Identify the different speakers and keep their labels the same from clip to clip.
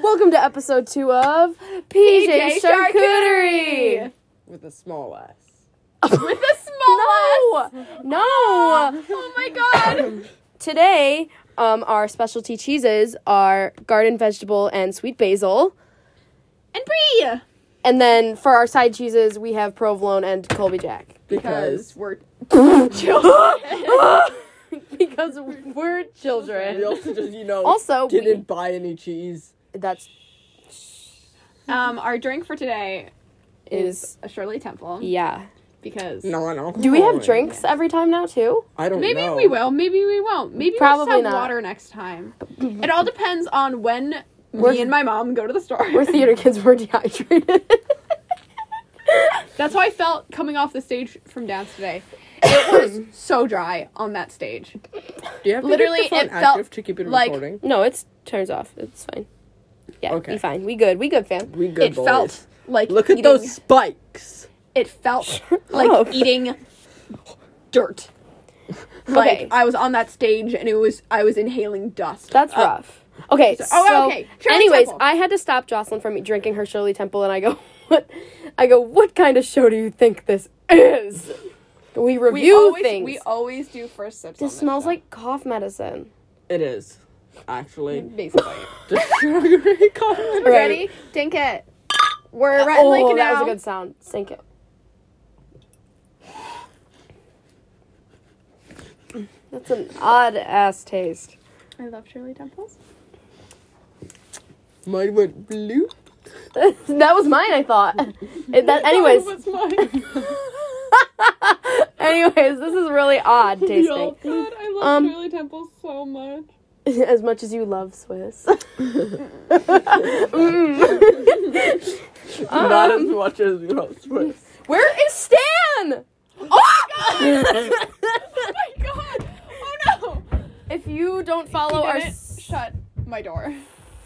Speaker 1: Welcome to episode two of PJ,
Speaker 2: PJ
Speaker 1: Charcuterie.
Speaker 3: with a small s.
Speaker 2: with a small
Speaker 1: No,
Speaker 2: S.
Speaker 1: no.
Speaker 2: Oh my god.
Speaker 1: Today, um, our specialty cheeses are garden vegetable and sweet basil.
Speaker 2: and Brie.
Speaker 1: And then for our side cheeses, we have provolone and Colby Jack.
Speaker 2: Because
Speaker 3: Because
Speaker 2: we're
Speaker 1: because we're
Speaker 3: we
Speaker 1: children.
Speaker 3: also just, you know,
Speaker 1: Also, we-
Speaker 3: didn't buy any cheese.
Speaker 1: That's
Speaker 2: um our drink for today
Speaker 1: is
Speaker 2: is a Shirley Temple
Speaker 1: yeah.
Speaker 2: because
Speaker 3: No, no.
Speaker 1: Do we have drinks every time now too?
Speaker 3: I don't
Speaker 2: maybe
Speaker 3: know.
Speaker 2: we will, maybe we won't. Maybe
Speaker 1: Probably
Speaker 2: we'll just have
Speaker 1: not.
Speaker 2: water next time. It all depends on when
Speaker 1: We're-
Speaker 2: me and my mom go to the store.
Speaker 1: We're theater kids. We're dehydrated.
Speaker 2: That's how I felt coming off the stage from dance today. It was so dry on that stage.
Speaker 3: Do you have to
Speaker 2: Literally,
Speaker 3: keep your phone
Speaker 2: it felt
Speaker 3: active to keep it
Speaker 2: like-
Speaker 3: recording?
Speaker 1: no, it's turns off. It's fine. Yeah,
Speaker 3: Okay.
Speaker 1: we fine. We good. We good, fam.
Speaker 3: We good
Speaker 2: it
Speaker 3: boys.
Speaker 2: felt like
Speaker 3: Look at
Speaker 2: eating-
Speaker 3: those spikes.
Speaker 2: It felt like
Speaker 1: up.
Speaker 2: eating dirt. Like
Speaker 1: Okay.
Speaker 2: I was on that stage and it was I was inhaling dust.
Speaker 1: That's rough. Okay. So,
Speaker 2: uh, oh, okay. Shirley
Speaker 1: anyways,
Speaker 2: Temple.
Speaker 1: I had to stop Jocelyn from drinking her Shirley Temple, and I go, "What? I go, what kind of show do you think this is? We
Speaker 2: we
Speaker 1: review
Speaker 2: always
Speaker 1: things.
Speaker 2: we always do first sips. on
Speaker 1: this
Speaker 2: this
Speaker 1: smells
Speaker 2: stuff.
Speaker 1: like cough medicine.
Speaker 3: It is. Actually,
Speaker 2: basically.
Speaker 3: just sugary coffee.
Speaker 1: Right.
Speaker 2: Ready? Dink it. We're right
Speaker 1: oh,
Speaker 2: like now.
Speaker 1: that was a good sound. Sink it. That's an odd ass taste.
Speaker 2: I love Shirley Temples.
Speaker 3: Mine went blue.
Speaker 1: that was mine. I thought. It- that, anyways,
Speaker 3: What's mine?
Speaker 1: anyways, this is really odd tasting.
Speaker 2: God, I love
Speaker 1: Um,
Speaker 2: Shirley Temples so much.
Speaker 1: As much as you love Swiss.
Speaker 3: Not
Speaker 2: Um,
Speaker 3: as much as you know, Swiss.
Speaker 1: Where is Stan? Ah!
Speaker 2: Oh my god! Oh no!
Speaker 1: If you don't follow Oh, our
Speaker 2: Damn it. Shut my door.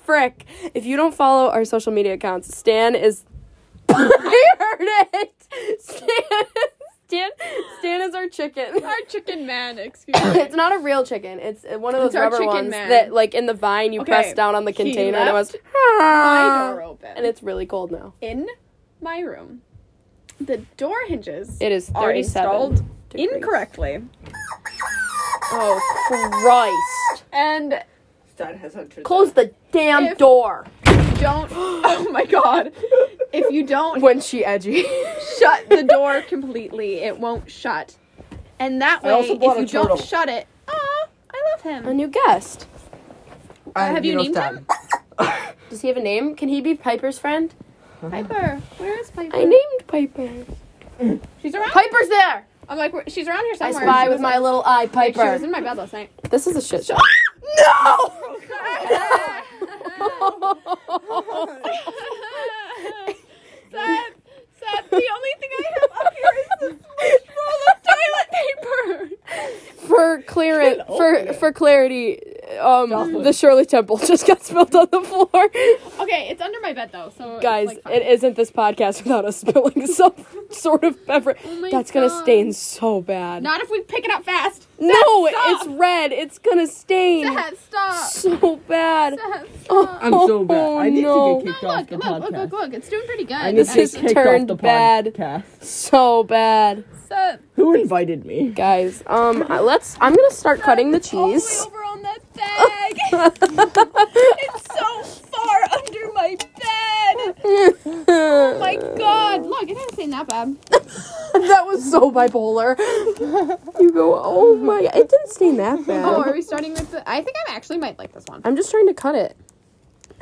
Speaker 1: frick, if you don't follow our social media accounts, Stan is. I heard it. Stan, Stan, Stan is our chicken.
Speaker 2: Our chicken man, excuse me.
Speaker 1: It's not a real chicken. It's uh, one of those
Speaker 2: It's our
Speaker 1: rubber
Speaker 2: chicken
Speaker 1: ones
Speaker 2: man.
Speaker 1: that, like in the vine, you
Speaker 2: Okay,
Speaker 1: press down on the
Speaker 2: he
Speaker 1: container and it was.
Speaker 2: left my door open.
Speaker 1: And it's really cold now.
Speaker 2: in my room. The door hinges
Speaker 1: It is
Speaker 2: are
Speaker 1: 37
Speaker 2: installed
Speaker 1: degrees.
Speaker 2: incorrectly.
Speaker 1: Oh Christ!
Speaker 2: And
Speaker 3: Dad has entered.
Speaker 1: Close the damn
Speaker 2: If-
Speaker 1: door.
Speaker 2: don't Oh my god. If you don't
Speaker 1: When she edgy.
Speaker 2: shut the door completely, it won't shut. And that way
Speaker 3: also
Speaker 2: if
Speaker 3: bought a
Speaker 2: you don't
Speaker 3: turtle.
Speaker 2: shut it, oh, I love him.
Speaker 1: a new guest.
Speaker 2: Have you named him?
Speaker 1: Does he have a name? Can he be Piper's friend?
Speaker 2: Piper, where is Piper?
Speaker 1: I named Piper.
Speaker 2: She's around.
Speaker 1: Piper's there.
Speaker 2: I'm like, where- she's around here
Speaker 1: I
Speaker 2: somewhere.
Speaker 1: spy
Speaker 2: She
Speaker 1: with
Speaker 2: was
Speaker 1: my little eye,
Speaker 2: like- She was
Speaker 1: Piper.
Speaker 2: in my bed last night.
Speaker 1: This is a shit show.
Speaker 2: Seth, Seth, the only thing I have up here is this mush roll of toilet paper.
Speaker 1: for clearance,
Speaker 3: Get
Speaker 1: for
Speaker 3: over it.
Speaker 1: for clarity, um,
Speaker 3: Jocelyn.
Speaker 1: the Shirley Temple just got spilled on the floor.
Speaker 2: Okay, it's under my bed though, so
Speaker 1: Guys,
Speaker 2: it's like, fine.
Speaker 1: it isn't this podcast without us spilling some sort of beverage.
Speaker 2: Oh my
Speaker 1: That's gonna
Speaker 2: God.
Speaker 1: stain so bad.
Speaker 2: not if we pick it up fast.
Speaker 1: no,
Speaker 2: stop.
Speaker 1: it's red. It's gonna stain
Speaker 2: Seth, stop.
Speaker 1: so bad.
Speaker 2: Seth, stop.
Speaker 1: Oh,
Speaker 3: I'm so bad. I need
Speaker 1: no.
Speaker 3: to get kicked
Speaker 2: No,
Speaker 3: off
Speaker 2: look,
Speaker 3: the
Speaker 2: look,
Speaker 3: podcast.
Speaker 2: look, look, look, it's doing pretty good.
Speaker 3: I need to
Speaker 1: This
Speaker 3: get
Speaker 1: has
Speaker 3: kicked
Speaker 1: turned
Speaker 3: off the
Speaker 1: bad.
Speaker 3: podcast.
Speaker 1: so bad,
Speaker 2: Seth,
Speaker 3: Who invited me?
Speaker 1: guys. Um, I- let's. I'm gonna start cutting the
Speaker 2: it's all the way
Speaker 1: cheese.
Speaker 2: over on that bag. it's so far under my bed. Oh my god, look, it hasn't been that bad.
Speaker 1: that was so bipolar. you go. Oh my! It didn't stain that bad.
Speaker 2: Oh, are we starting with the? I think I actually might like this one.
Speaker 1: I'm just trying to cut it.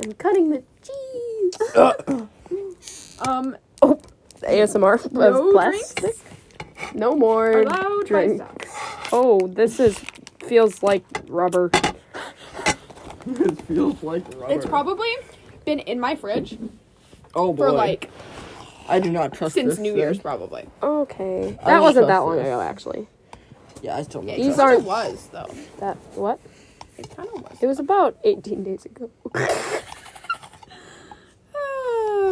Speaker 1: I'm cutting the cheese.
Speaker 2: Um,
Speaker 1: oh, the ASMR of
Speaker 2: No
Speaker 1: plastic. No more
Speaker 2: allowed
Speaker 1: drink.
Speaker 2: by
Speaker 1: Oh, this is feels like rubber.
Speaker 3: It feels like rubber.
Speaker 2: It's probably been in my fridge
Speaker 3: oh boy.
Speaker 2: for like
Speaker 3: I do not trust
Speaker 2: since
Speaker 3: this
Speaker 2: New
Speaker 3: thing.
Speaker 2: Year's, probably.
Speaker 1: Okay,
Speaker 3: I
Speaker 1: that
Speaker 3: don't
Speaker 1: wasn't
Speaker 3: trust
Speaker 1: that long
Speaker 3: this.
Speaker 1: ago, actually.
Speaker 3: Yeah, I still don't
Speaker 2: It
Speaker 1: These
Speaker 3: trust
Speaker 2: kinda
Speaker 1: aren't-
Speaker 2: was though.
Speaker 1: That what?
Speaker 2: It kind of was.
Speaker 1: It was about 18 days ago.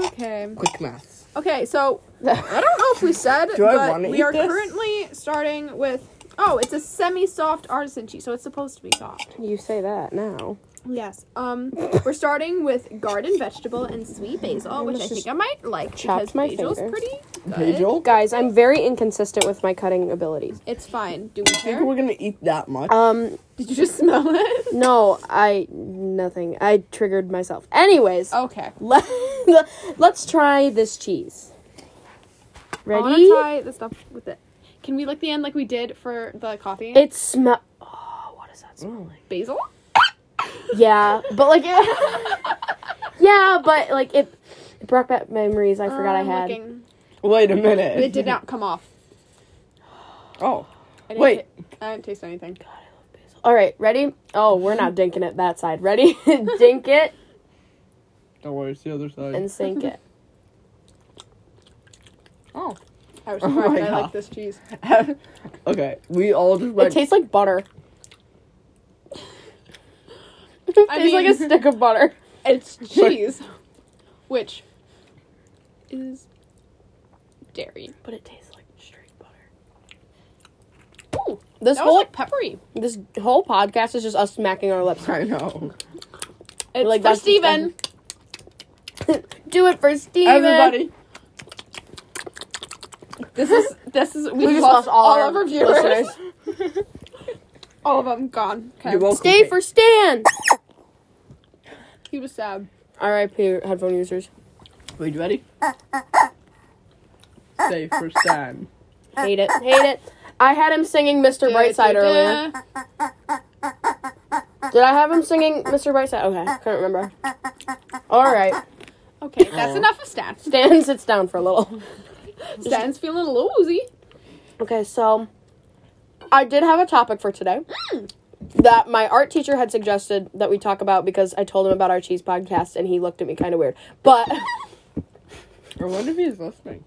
Speaker 2: Okay.
Speaker 3: quick maths.
Speaker 2: Okay. So I don't know if we said,
Speaker 3: Do I
Speaker 2: but
Speaker 3: wanna
Speaker 2: we
Speaker 3: eat
Speaker 2: are
Speaker 3: this?
Speaker 2: currently starting with. Oh, it's a semi-soft artisan cheese, so it's supposed to be soft.
Speaker 1: You say that now.
Speaker 2: Yes. Um, we're starting with garden vegetable and sweet basil, which I
Speaker 1: almost
Speaker 2: think
Speaker 1: just
Speaker 2: I might like
Speaker 1: chopped
Speaker 2: because
Speaker 1: my
Speaker 2: basil's
Speaker 1: finger.
Speaker 2: pretty good.
Speaker 3: Bagel?
Speaker 1: Oh, Guys, I'm very inconsistent with my cutting abilities.
Speaker 2: It's fine. Do we
Speaker 3: Think
Speaker 2: care?
Speaker 3: we're gonna eat that much?
Speaker 1: Um,
Speaker 2: Did you just smell it?
Speaker 1: no, I nothing. I triggered myself. Anyways,
Speaker 2: Okay.
Speaker 1: let, let's try this cheese.
Speaker 2: I want to
Speaker 1: Ready?
Speaker 2: try the stuff with it. Can we lick the end like we did for the coffee?
Speaker 1: It smell. Oh, what does that smell?
Speaker 2: basil.
Speaker 1: Yeah, but like, it- yeah, but like it, it brought back memories I forgot I
Speaker 2: I'm
Speaker 1: had.
Speaker 2: looking.
Speaker 3: Oh, Wait a minute.
Speaker 2: It did not come off.
Speaker 3: Oh.
Speaker 2: I didn't
Speaker 3: Wait.
Speaker 2: ta- I didn't taste anything.
Speaker 1: All right, ready? Oh, we're not dinking it that side. Ready? Dink it
Speaker 3: Don't worry, it's the other side.
Speaker 1: and sink it.
Speaker 3: oh.
Speaker 2: I was
Speaker 3: Oh
Speaker 2: surprised.
Speaker 3: my
Speaker 2: I
Speaker 3: God.
Speaker 2: like this cheese.
Speaker 3: okay, we all just
Speaker 1: It
Speaker 3: went.
Speaker 1: tastes like butter. It
Speaker 2: I
Speaker 1: tastes like a
Speaker 2: mean-
Speaker 1: stick of butter.
Speaker 2: It's cheese, which is dairy.
Speaker 1: But it tastes like straight butter.
Speaker 2: Ooh,
Speaker 1: This
Speaker 2: that was
Speaker 1: whole
Speaker 2: like peppery.
Speaker 1: this whole podcast is just us smacking our lips.
Speaker 3: I know.
Speaker 2: It's
Speaker 1: Like,
Speaker 2: like for
Speaker 1: that's
Speaker 2: Steven.
Speaker 1: Do it for Steven.
Speaker 3: Everybody.
Speaker 2: This is this is we,
Speaker 1: We just lost all, our, viewers. Listeners.
Speaker 2: All of them gone. Okay.
Speaker 3: You're welcome.
Speaker 1: Stay for Stan.
Speaker 2: He was sad.
Speaker 1: R.I.P. headphone users.
Speaker 3: Wait, you ready? Stay for Stan.
Speaker 1: Hate it. Hate it. I had him singing Mr. Brightside earlier. Did I have him singing Mr. Brightside? Okay, I couldn't remember. All right.
Speaker 2: Okay, that's enough of Stan.
Speaker 1: Stan sits down for a little.
Speaker 2: Stan's feeling a little woozy.
Speaker 1: Okay, so I did have a topic for today that my art teacher had suggested that we talk about because I told him about our cheese podcast and he looked at me kind of weird. But
Speaker 3: I wonder if he's listening.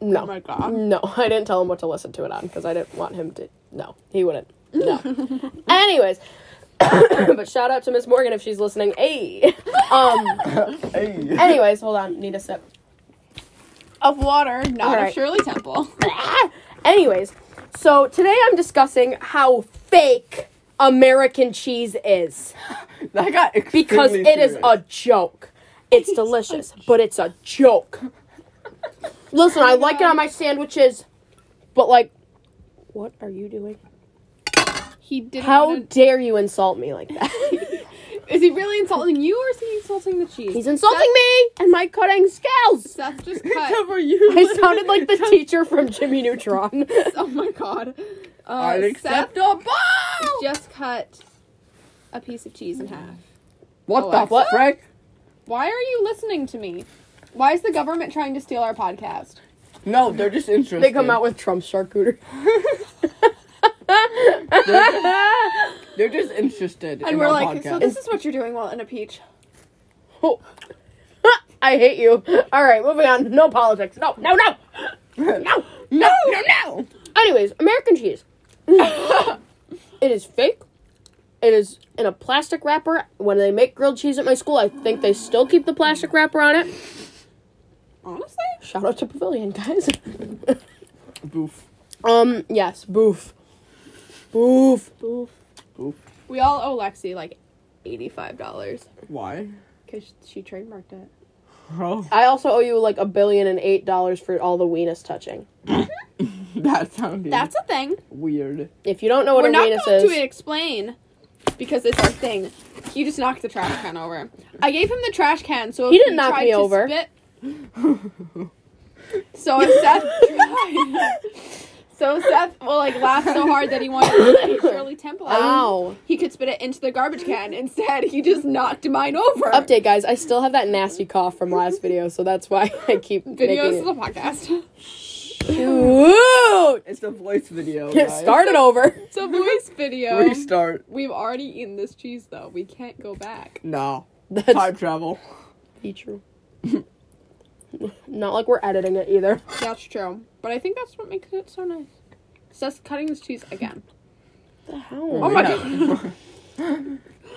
Speaker 1: no.
Speaker 2: Oh my god.
Speaker 1: No, I didn't tell him what to listen to it on because I didn't want him to. No, he wouldn't. No. Anyways, but shout out to Miss Morgan if she's listening. Hey. Um.
Speaker 3: Hey.
Speaker 1: Anyways, hold on. Need a sip.
Speaker 2: Of water, not
Speaker 1: Alright.
Speaker 2: of Shirley Temple.
Speaker 1: Anyways, so today I'm discussing how fake American cheese is
Speaker 3: That got
Speaker 1: because
Speaker 3: extremely
Speaker 1: it is
Speaker 3: serious.
Speaker 1: a joke. It's delicious, but it's a joke. Listen, I like it on my sandwiches, but like, what are you doing?
Speaker 2: He didn't.
Speaker 1: How
Speaker 2: wanna-
Speaker 1: dare you insult me like that?
Speaker 2: is he really insulting you or is he insulting the cheese?
Speaker 1: He's insulting me and my cutting skills.
Speaker 2: Seth just
Speaker 3: Except
Speaker 2: cut.
Speaker 3: for you.
Speaker 1: I sounded like the teacher from Jimmy Neutron.
Speaker 2: oh my god. Uh, Seth
Speaker 3: Unacceptable.
Speaker 2: just cut a piece of cheese in half.
Speaker 3: What the
Speaker 2: Alexa?
Speaker 3: frick?
Speaker 2: Why are you listening to me? Why is the government trying to steal our podcast?
Speaker 3: No, they're just interested.
Speaker 1: They come out with Trump charcuterie.
Speaker 3: They're just interested.
Speaker 2: And
Speaker 3: in
Speaker 2: we're
Speaker 3: our
Speaker 2: like,
Speaker 3: podcast.
Speaker 2: so this is what you're doing while in a peach.
Speaker 1: Oh. I hate you. All right, moving on. No politics. No, no, no.
Speaker 3: no, no, no, no.
Speaker 1: Anyways, American cheese. it is fake. It is in a plastic wrapper. When they make grilled cheese at my school, I think they still keep the plastic wrapper on it.
Speaker 2: Honestly?
Speaker 1: Shout out to Pavilion, guys.
Speaker 3: Boof,
Speaker 1: um, yes, boof. Boof. Boof.
Speaker 3: boof.
Speaker 2: We all owe Lexi like $85
Speaker 3: Why?
Speaker 2: because she trademarked it.
Speaker 3: Oh,
Speaker 1: I also owe you like a billion and eight dollars for all the weenus touching.
Speaker 3: that sounded
Speaker 2: That's a thing.
Speaker 3: weird.
Speaker 1: If you don't know what
Speaker 2: We're
Speaker 1: a
Speaker 2: not
Speaker 1: weenus
Speaker 2: going
Speaker 1: is,
Speaker 2: to explain because it's our thing. You just knocked the trash can over. I gave him the trash can, so if
Speaker 1: He didn't knock
Speaker 2: tried
Speaker 1: me
Speaker 2: to
Speaker 1: over.
Speaker 2: Spit, so if Seth tried, so Seth well like laughed so hard that he wanted to spit Shirley Temple. out.
Speaker 1: Ow.
Speaker 2: He could spit it into the garbage can. Instead, he just knocked mine over.
Speaker 1: update guys, I still have that nasty cough from last video, so that's why I keep
Speaker 2: Videos of
Speaker 1: making
Speaker 2: the podcast.
Speaker 1: it. Shoot!
Speaker 3: It's a voice video.
Speaker 1: Get
Speaker 3: guys.
Speaker 1: started over.
Speaker 2: It's a voice video.
Speaker 3: Restart.
Speaker 2: We've already eaten this cheese though. We can't go back.
Speaker 3: No. Time
Speaker 1: That's
Speaker 3: travel.
Speaker 1: true. Not like we're editing it either.
Speaker 2: That's true. But I think that's what makes it so nice. Seth's cutting this cheese again.
Speaker 1: The
Speaker 2: Oh
Speaker 1: hell?
Speaker 2: my
Speaker 3: god.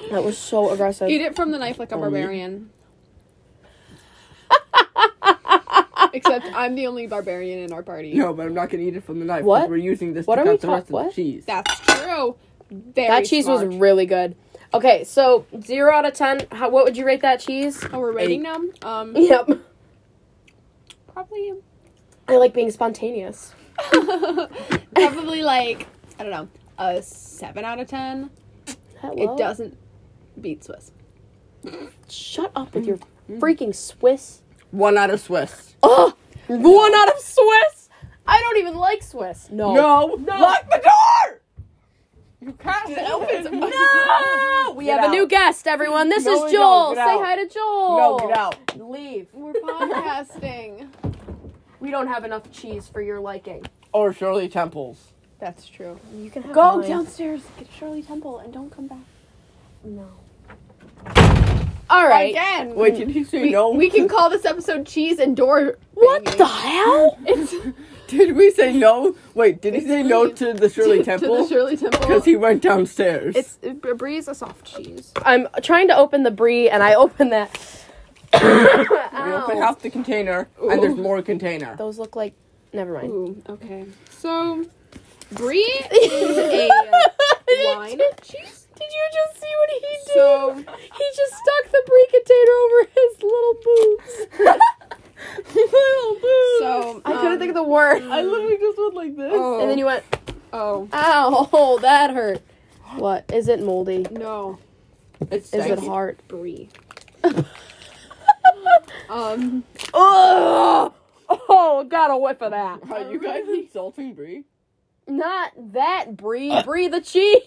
Speaker 1: That was so aggressive.
Speaker 2: Eat it from the knife like a
Speaker 3: Oh, yeah.
Speaker 2: barbarian. Except I'm the only barbarian in our party.
Speaker 3: No, but I'm not gonna eat it from the knife. 'cause
Speaker 1: What?
Speaker 3: We're using this
Speaker 1: What
Speaker 3: to
Speaker 1: are
Speaker 3: cut
Speaker 1: we
Speaker 3: the
Speaker 1: talk-
Speaker 3: rest of
Speaker 1: what?
Speaker 3: the cheese.
Speaker 2: That's true. Very
Speaker 1: That cheese was
Speaker 2: smart.
Speaker 1: really good. Okay, so zero out of ten. How what would you rate that cheese?
Speaker 2: Oh, we're rating them. Um,
Speaker 1: Yep.
Speaker 2: probably,
Speaker 1: I like being spontaneous.
Speaker 2: probably like I don't know, a seven out of ten.
Speaker 1: Hello?
Speaker 2: It doesn't beat Swiss.
Speaker 1: Shut up with your freaking Swiss.
Speaker 3: One out of Swiss.
Speaker 1: Mm. Ugh! One out of Swiss. I don't even like Swiss. No.
Speaker 3: No, lock the door. You can't
Speaker 2: It opens.
Speaker 3: open.
Speaker 1: No! We
Speaker 3: Get
Speaker 1: have
Speaker 3: out.
Speaker 1: a new guest, everyone. This
Speaker 3: No, we
Speaker 1: is
Speaker 3: don't.
Speaker 1: Joel. Say
Speaker 3: Get out.
Speaker 1: hi to Joel.
Speaker 3: No, get out.
Speaker 1: Leave.
Speaker 2: We're podcasting.
Speaker 1: We don't have enough cheese for your liking.
Speaker 3: Or Shirley Temples.
Speaker 2: That's true.
Speaker 1: You can have
Speaker 2: Go
Speaker 1: mine.
Speaker 2: Oh, downstairs, get Shirley Temple, and don't come back.
Speaker 1: No. All right.
Speaker 2: Again.
Speaker 3: Wait, did he say
Speaker 2: we,
Speaker 3: no?
Speaker 2: we can call this episode cheese and door.
Speaker 1: What
Speaker 2: banging.
Speaker 1: the hell?
Speaker 2: It's
Speaker 3: Did we say no? Wait, did he say no to the Shirley
Speaker 2: To the
Speaker 3: Temple?
Speaker 2: Shirley Temple.
Speaker 3: Because he went downstairs.
Speaker 2: It's a brie is a soft cheese.
Speaker 1: I'm trying to open the brie and I open that.
Speaker 3: we opened
Speaker 1: Ow.
Speaker 3: half the container, and there's more container.
Speaker 1: Those look like. Never mind.
Speaker 2: Ooh, okay. So brie is a wine cheese.
Speaker 1: Did you just see what he did?
Speaker 2: So
Speaker 1: he just stuck the brie container over his little boots. little boots.
Speaker 2: So,
Speaker 1: I couldn't
Speaker 2: um,
Speaker 1: think of the word.
Speaker 3: I literally just went like this.
Speaker 2: Oh.
Speaker 1: And then you went,
Speaker 2: oh
Speaker 1: ow, that hurt. What? Is it moldy?
Speaker 2: no,
Speaker 3: It's
Speaker 1: Is it
Speaker 3: stanky.
Speaker 1: hard?
Speaker 2: brie. um,
Speaker 1: Ugh! Oh, got a whiff of that.
Speaker 3: Are you guys insulting Brie?
Speaker 1: Not that brie, brie the cheese.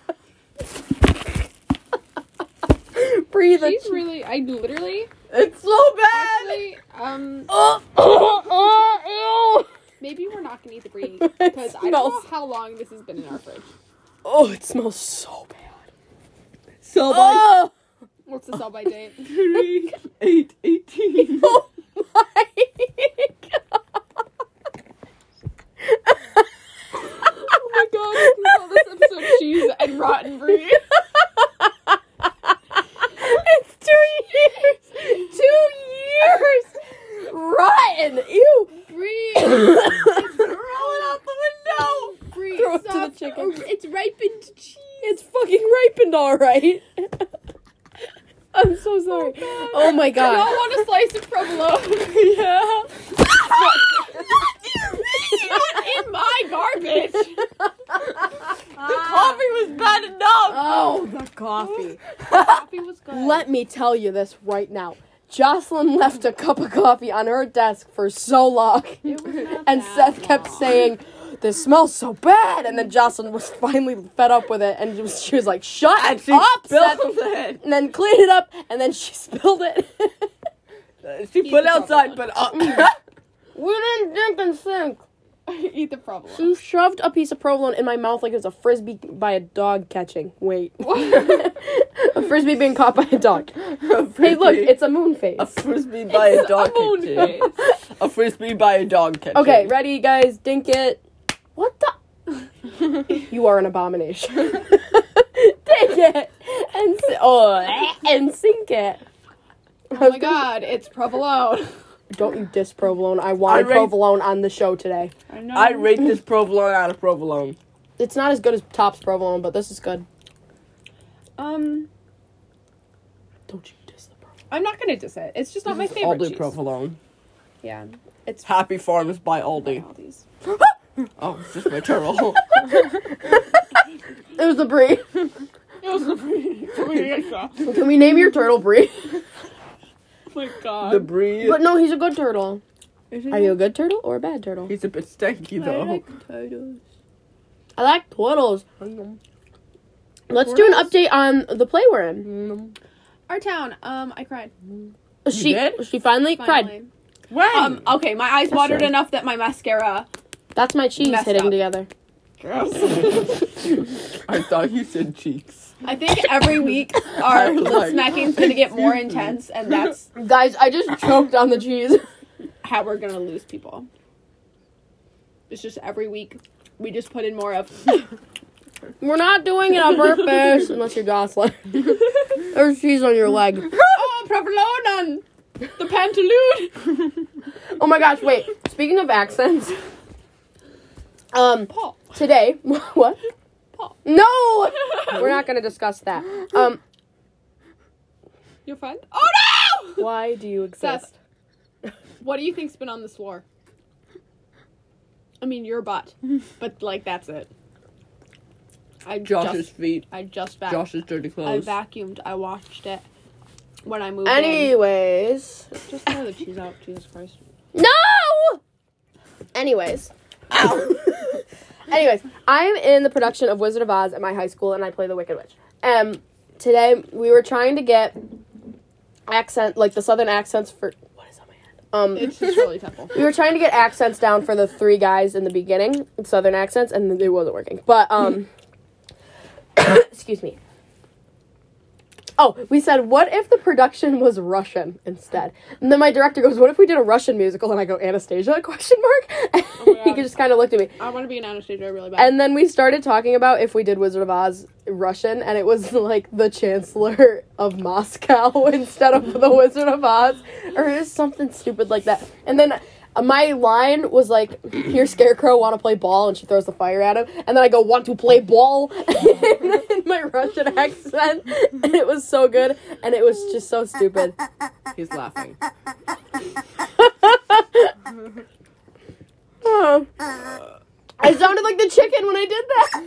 Speaker 1: Breathe the
Speaker 2: she's
Speaker 1: cheese.
Speaker 2: really. I literally,
Speaker 3: It's so bad.
Speaker 2: actually, um,
Speaker 1: Oh, oh, ew.
Speaker 2: maybe we're not gonna eat the brie because I don't know
Speaker 1: smells-
Speaker 2: how long this has been in our fridge.
Speaker 1: Oh, it smells so bad.
Speaker 3: So like
Speaker 1: Oh,
Speaker 2: What's the sell by date?
Speaker 3: three, eight, eighteen.
Speaker 1: oh my god.
Speaker 2: oh my god, I can call this episode cheese and rotten brie.
Speaker 1: it's two years. Two years. Rotten. Ew.
Speaker 2: Brie,
Speaker 1: Throw it out the window.
Speaker 2: brie,
Speaker 1: Throw it to the
Speaker 2: soft-
Speaker 1: chicken.
Speaker 2: oh, It's ripened cheese.
Speaker 1: It's fucking ripened, all right. I'm so sorry. Oh my
Speaker 2: I don't
Speaker 1: god.
Speaker 2: want to slice it from below. in my garbage.
Speaker 3: Coffee was bad enough.
Speaker 1: Oh, the coffee.
Speaker 2: Coffee was good.
Speaker 1: Let me tell you this right now. Jocelyn left a cup of coffee on her desk for so long.
Speaker 2: It was not
Speaker 1: And
Speaker 2: that
Speaker 1: Seth kept
Speaker 2: long.
Speaker 1: saying, This smells so bad. And then Jocelyn was finally fed up with it. And she was, she was like, Shut
Speaker 3: And she
Speaker 1: up, Seth.
Speaker 3: spilled it.
Speaker 1: And then cleaned it up. And then she spilled it.
Speaker 3: Uh, She put it outside, but uh,
Speaker 1: we didn't dip and sink.
Speaker 2: eat the problem.
Speaker 1: She shoved a piece of provolone in my mouth like it was a frisbee by a dog catching. Wait. a frisbee being caught by a dog. Hey, look, it's a moon phase.
Speaker 3: a frisbee by a dog
Speaker 2: moon
Speaker 3: catching.
Speaker 2: face.
Speaker 3: A frisbee by a dog catching.
Speaker 1: Okay, ready, guys? Dink it. What the? you are an abomination. Dink it and si- oh, and sink it.
Speaker 2: Oh my god, it's provolone.
Speaker 1: Don't you diss provolone? I wanted
Speaker 3: I rate-
Speaker 1: provolone on the show today.
Speaker 2: I know.
Speaker 3: I rate this provolone out of provolone.
Speaker 1: It's not as good as Top's provolone, but this is good.
Speaker 2: um,
Speaker 1: Don't you diss the provolone?
Speaker 2: I'm not gonna diss it. It's just not my favorite
Speaker 3: Aldi
Speaker 2: cheese.
Speaker 3: provolone.
Speaker 2: Yeah, it's
Speaker 3: Happy Farms by Aldi.
Speaker 2: Aldi's.
Speaker 3: Oh, it's just my turtle.
Speaker 1: It was the brie.
Speaker 2: It was the brie. oh
Speaker 1: Can we name your turtle brie?
Speaker 2: my
Speaker 3: the
Speaker 2: god.
Speaker 3: breeze.
Speaker 1: But no, he's a good turtle. Are you a good turtle or a bad turtle?
Speaker 3: He's a bit stanky
Speaker 2: I
Speaker 3: though.
Speaker 2: like potatoes.
Speaker 1: I like turtles.
Speaker 2: um,
Speaker 1: Let's do an update on the play we're in.
Speaker 2: um, Our town. Um, I cried.
Speaker 1: She
Speaker 3: did?
Speaker 1: she finally, cried.
Speaker 2: Finally.
Speaker 3: When?
Speaker 2: Um, okay, my eyes watered
Speaker 1: right.
Speaker 2: enough that my mascara.
Speaker 1: That's my cheese
Speaker 2: Messed
Speaker 1: hitting
Speaker 2: up.
Speaker 1: together.
Speaker 3: I thought you said cheeks.
Speaker 2: I think every week our
Speaker 3: was
Speaker 2: lip
Speaker 3: like,
Speaker 2: smacking's gonna get more
Speaker 3: excuse me.
Speaker 2: intense, and that's
Speaker 1: Guys, I just choked on the cheese.
Speaker 2: how we're gonna lose people. It's just every week we just put in more of.
Speaker 1: We're not doing it on purpose, unless you're Jocelyn. There's cheese on your leg.
Speaker 2: oh, provolone on the pantaloon.
Speaker 1: Oh my gosh, wait. Speaking of accents, um,
Speaker 2: Paul.
Speaker 1: today, what?
Speaker 2: Paul.
Speaker 1: No! We're not gonna discuss that. Um,
Speaker 2: Your friend? Oh no!
Speaker 1: why do you
Speaker 2: Seth,
Speaker 1: exist?
Speaker 2: what do you think's been on this floor? I mean, your butt, but like that's it. I
Speaker 3: Josh's
Speaker 2: just,
Speaker 3: feet.
Speaker 2: I just vac-
Speaker 3: Josh's dirty
Speaker 2: I
Speaker 3: clothes.
Speaker 2: vacuumed. I washed it when I moved in.
Speaker 1: Anyways.
Speaker 2: Just throw the cheese out, Jesus Christ.
Speaker 1: No! Anyways. Ow. Anyways, I'm in the production of Wizard of Oz at my high school and I play the Wicked Witch. Um today we were trying to get accent like the southern accents for what is on my head? Um
Speaker 2: It's just really temple.
Speaker 1: we were trying to get accents down for the three guys in the beginning, southern accents, and it wasn't working. But um excuse me. Oh, we said, what if the production was Russian instead? And then my director goes, What if we did a Russian musical? And I go, Anastasia question mark? And
Speaker 2: Oh, my
Speaker 1: he
Speaker 2: God.
Speaker 1: just kinda looked at me.
Speaker 2: I want to be an Anastasia really bad.
Speaker 1: And then we started talking about if we did Wizard of Oz Russian, and it was like the Chancellor of Moscow instead of the Wizard of Oz, or just something stupid like that. And then uh, my line was like, "Here, Scarecrow, want to play ball?" And she throws the fire at him, and then I go, "Want to play ball?" in my Russian accent, and it was so good, and it was just so stupid.
Speaker 3: He's laughing.
Speaker 1: Oh. I sounded like the chicken when I did that.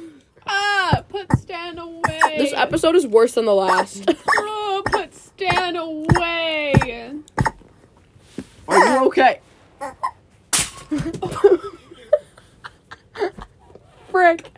Speaker 2: ah, put Stan away.
Speaker 1: This episode is worse than the last.
Speaker 2: Oh, put Stan away.
Speaker 3: Are you okay?
Speaker 1: frick.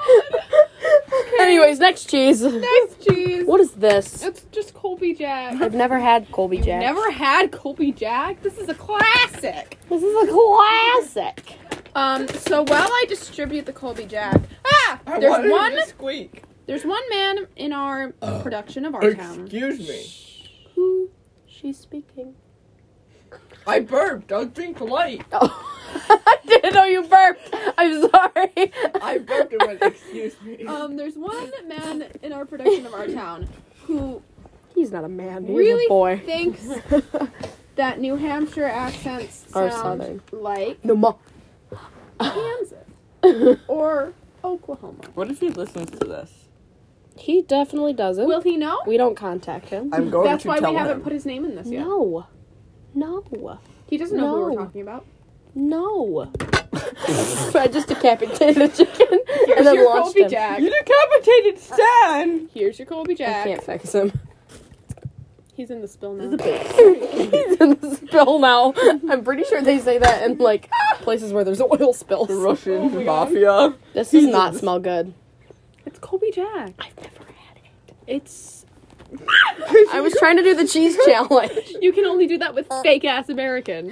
Speaker 1: Anyways, next cheese.
Speaker 2: Nice cheese.
Speaker 1: What is this?
Speaker 2: It's just Colby Jack.
Speaker 1: I've never had Colby
Speaker 2: You've
Speaker 1: Jack.
Speaker 2: never had Colby Jack? This is a classic.
Speaker 1: This is a classic.
Speaker 2: Um, so while I distribute the Colby Jack, ah,
Speaker 3: I wanted
Speaker 2: there's
Speaker 3: to
Speaker 2: one,
Speaker 3: squeak.
Speaker 2: there's one man in our production of our town.
Speaker 3: Excuse me.
Speaker 1: Who? She's speaking.
Speaker 3: I burped. I was being polite.
Speaker 1: Oh. I didn't know you burped. I'm sorry.
Speaker 3: I burped and went, excuse me.
Speaker 2: Um, there's one man in our production of our town who
Speaker 1: He's not a man. He's
Speaker 2: really
Speaker 1: a boy.
Speaker 2: thinks that New Hampshire accents
Speaker 1: Are
Speaker 2: sound
Speaker 1: southern.
Speaker 2: like
Speaker 1: no ma.
Speaker 2: Kansas or Oklahoma.
Speaker 3: what if he listens to this?
Speaker 1: he definitely doesn't.
Speaker 2: Will he know?
Speaker 1: we don't contact him.
Speaker 3: I'm going
Speaker 2: That's
Speaker 3: to
Speaker 2: why
Speaker 3: tell
Speaker 2: we haven't
Speaker 3: him.
Speaker 2: put his name in this yet.
Speaker 1: No. No.
Speaker 2: He doesn't know who
Speaker 1: No.
Speaker 2: we're talking about.
Speaker 1: No. I just decapitated the chicken
Speaker 2: Here's
Speaker 1: and then
Speaker 2: your
Speaker 1: launched
Speaker 2: Colby
Speaker 1: him.
Speaker 2: Jack.
Speaker 3: you decapitated Stan.
Speaker 2: Here's your Colby
Speaker 1: I
Speaker 2: Jack.
Speaker 1: can't fix him.
Speaker 2: He's in the spill now.
Speaker 1: He's in the spill now. I'm pretty sure they say that in like places where there's oil
Speaker 3: The
Speaker 1: spills.
Speaker 3: Russian
Speaker 2: Oh my God.
Speaker 3: mafia.
Speaker 1: This does
Speaker 3: Jesus.
Speaker 1: not smell good.
Speaker 2: It's Colby Jack.
Speaker 1: I've never had it.
Speaker 2: It's
Speaker 1: I was trying to do the cheese challenge.
Speaker 2: you can only do that with fake ass American.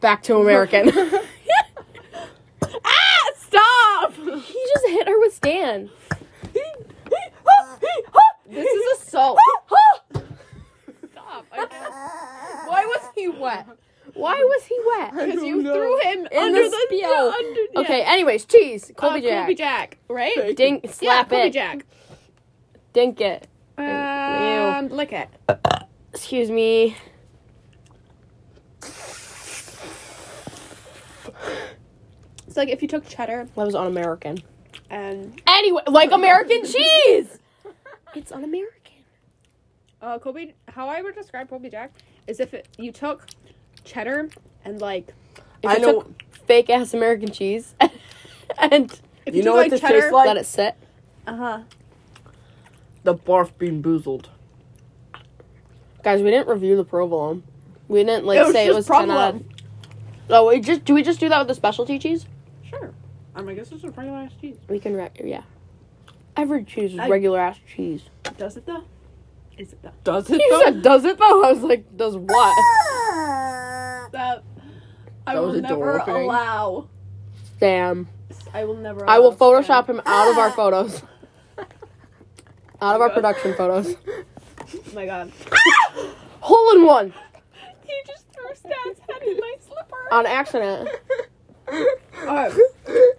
Speaker 1: Back to American.
Speaker 2: ah, stop!
Speaker 1: he just hit her with Stan. This is assault.
Speaker 2: Stop! I can't.
Speaker 1: Why was he wet? Why was he wet?
Speaker 2: Because
Speaker 3: don't
Speaker 2: you
Speaker 3: know.
Speaker 2: threw him
Speaker 1: In
Speaker 2: under
Speaker 1: the
Speaker 2: the,
Speaker 1: spill.
Speaker 2: under, yeah.
Speaker 1: Okay. Anyways, cheese.
Speaker 2: Uh,
Speaker 1: Colby Jack.
Speaker 2: Colby Jack, right?
Speaker 3: Fake.
Speaker 1: Dink.
Speaker 2: yeah,
Speaker 1: Slap
Speaker 2: Colby
Speaker 1: it.
Speaker 2: Jack.
Speaker 1: Dink it.
Speaker 2: And lick it.
Speaker 1: Excuse me.
Speaker 2: It's like if you took cheddar
Speaker 1: That was un-American.
Speaker 2: and
Speaker 1: Anyway, like American cheese. It's un-American.
Speaker 2: uh, Colby. How I would describe Colby Jack is if it, you took cheddar and like
Speaker 1: If
Speaker 3: I
Speaker 1: you
Speaker 3: know-
Speaker 1: took fake ass American cheese and
Speaker 2: if
Speaker 3: You
Speaker 2: you
Speaker 3: know
Speaker 2: took,
Speaker 3: what
Speaker 2: like,
Speaker 3: this
Speaker 2: cheddar,
Speaker 3: tastes like?
Speaker 1: let it sit.
Speaker 2: Uh huh.
Speaker 3: The barf being boozled.
Speaker 1: Guys, we didn't review the provolone. We didn't like
Speaker 3: It was
Speaker 1: say it
Speaker 3: just
Speaker 1: was ten out. of- Oh, we just do we just do that with the specialty cheese?
Speaker 2: Sure. Um, I guess it's a regular ass cheese.
Speaker 1: We can re- yeah. Every cheese is
Speaker 2: I-
Speaker 1: regular ass cheese.
Speaker 2: Does it though? Is it though?
Speaker 3: Does it
Speaker 1: You
Speaker 3: though?
Speaker 1: said does it though? I was like, does what?
Speaker 2: That I
Speaker 3: That
Speaker 2: will
Speaker 3: was a door
Speaker 2: never
Speaker 3: opening.
Speaker 2: allow.
Speaker 1: Damn.
Speaker 2: I will never.
Speaker 1: I will
Speaker 2: allow
Speaker 1: Photoshop him Ah. out of our photos. Out of our production photos.
Speaker 2: Stan. Oh my god.
Speaker 1: Hole in one
Speaker 2: He just threw Stan's head in my slipper.
Speaker 1: on accident.
Speaker 2: Alright.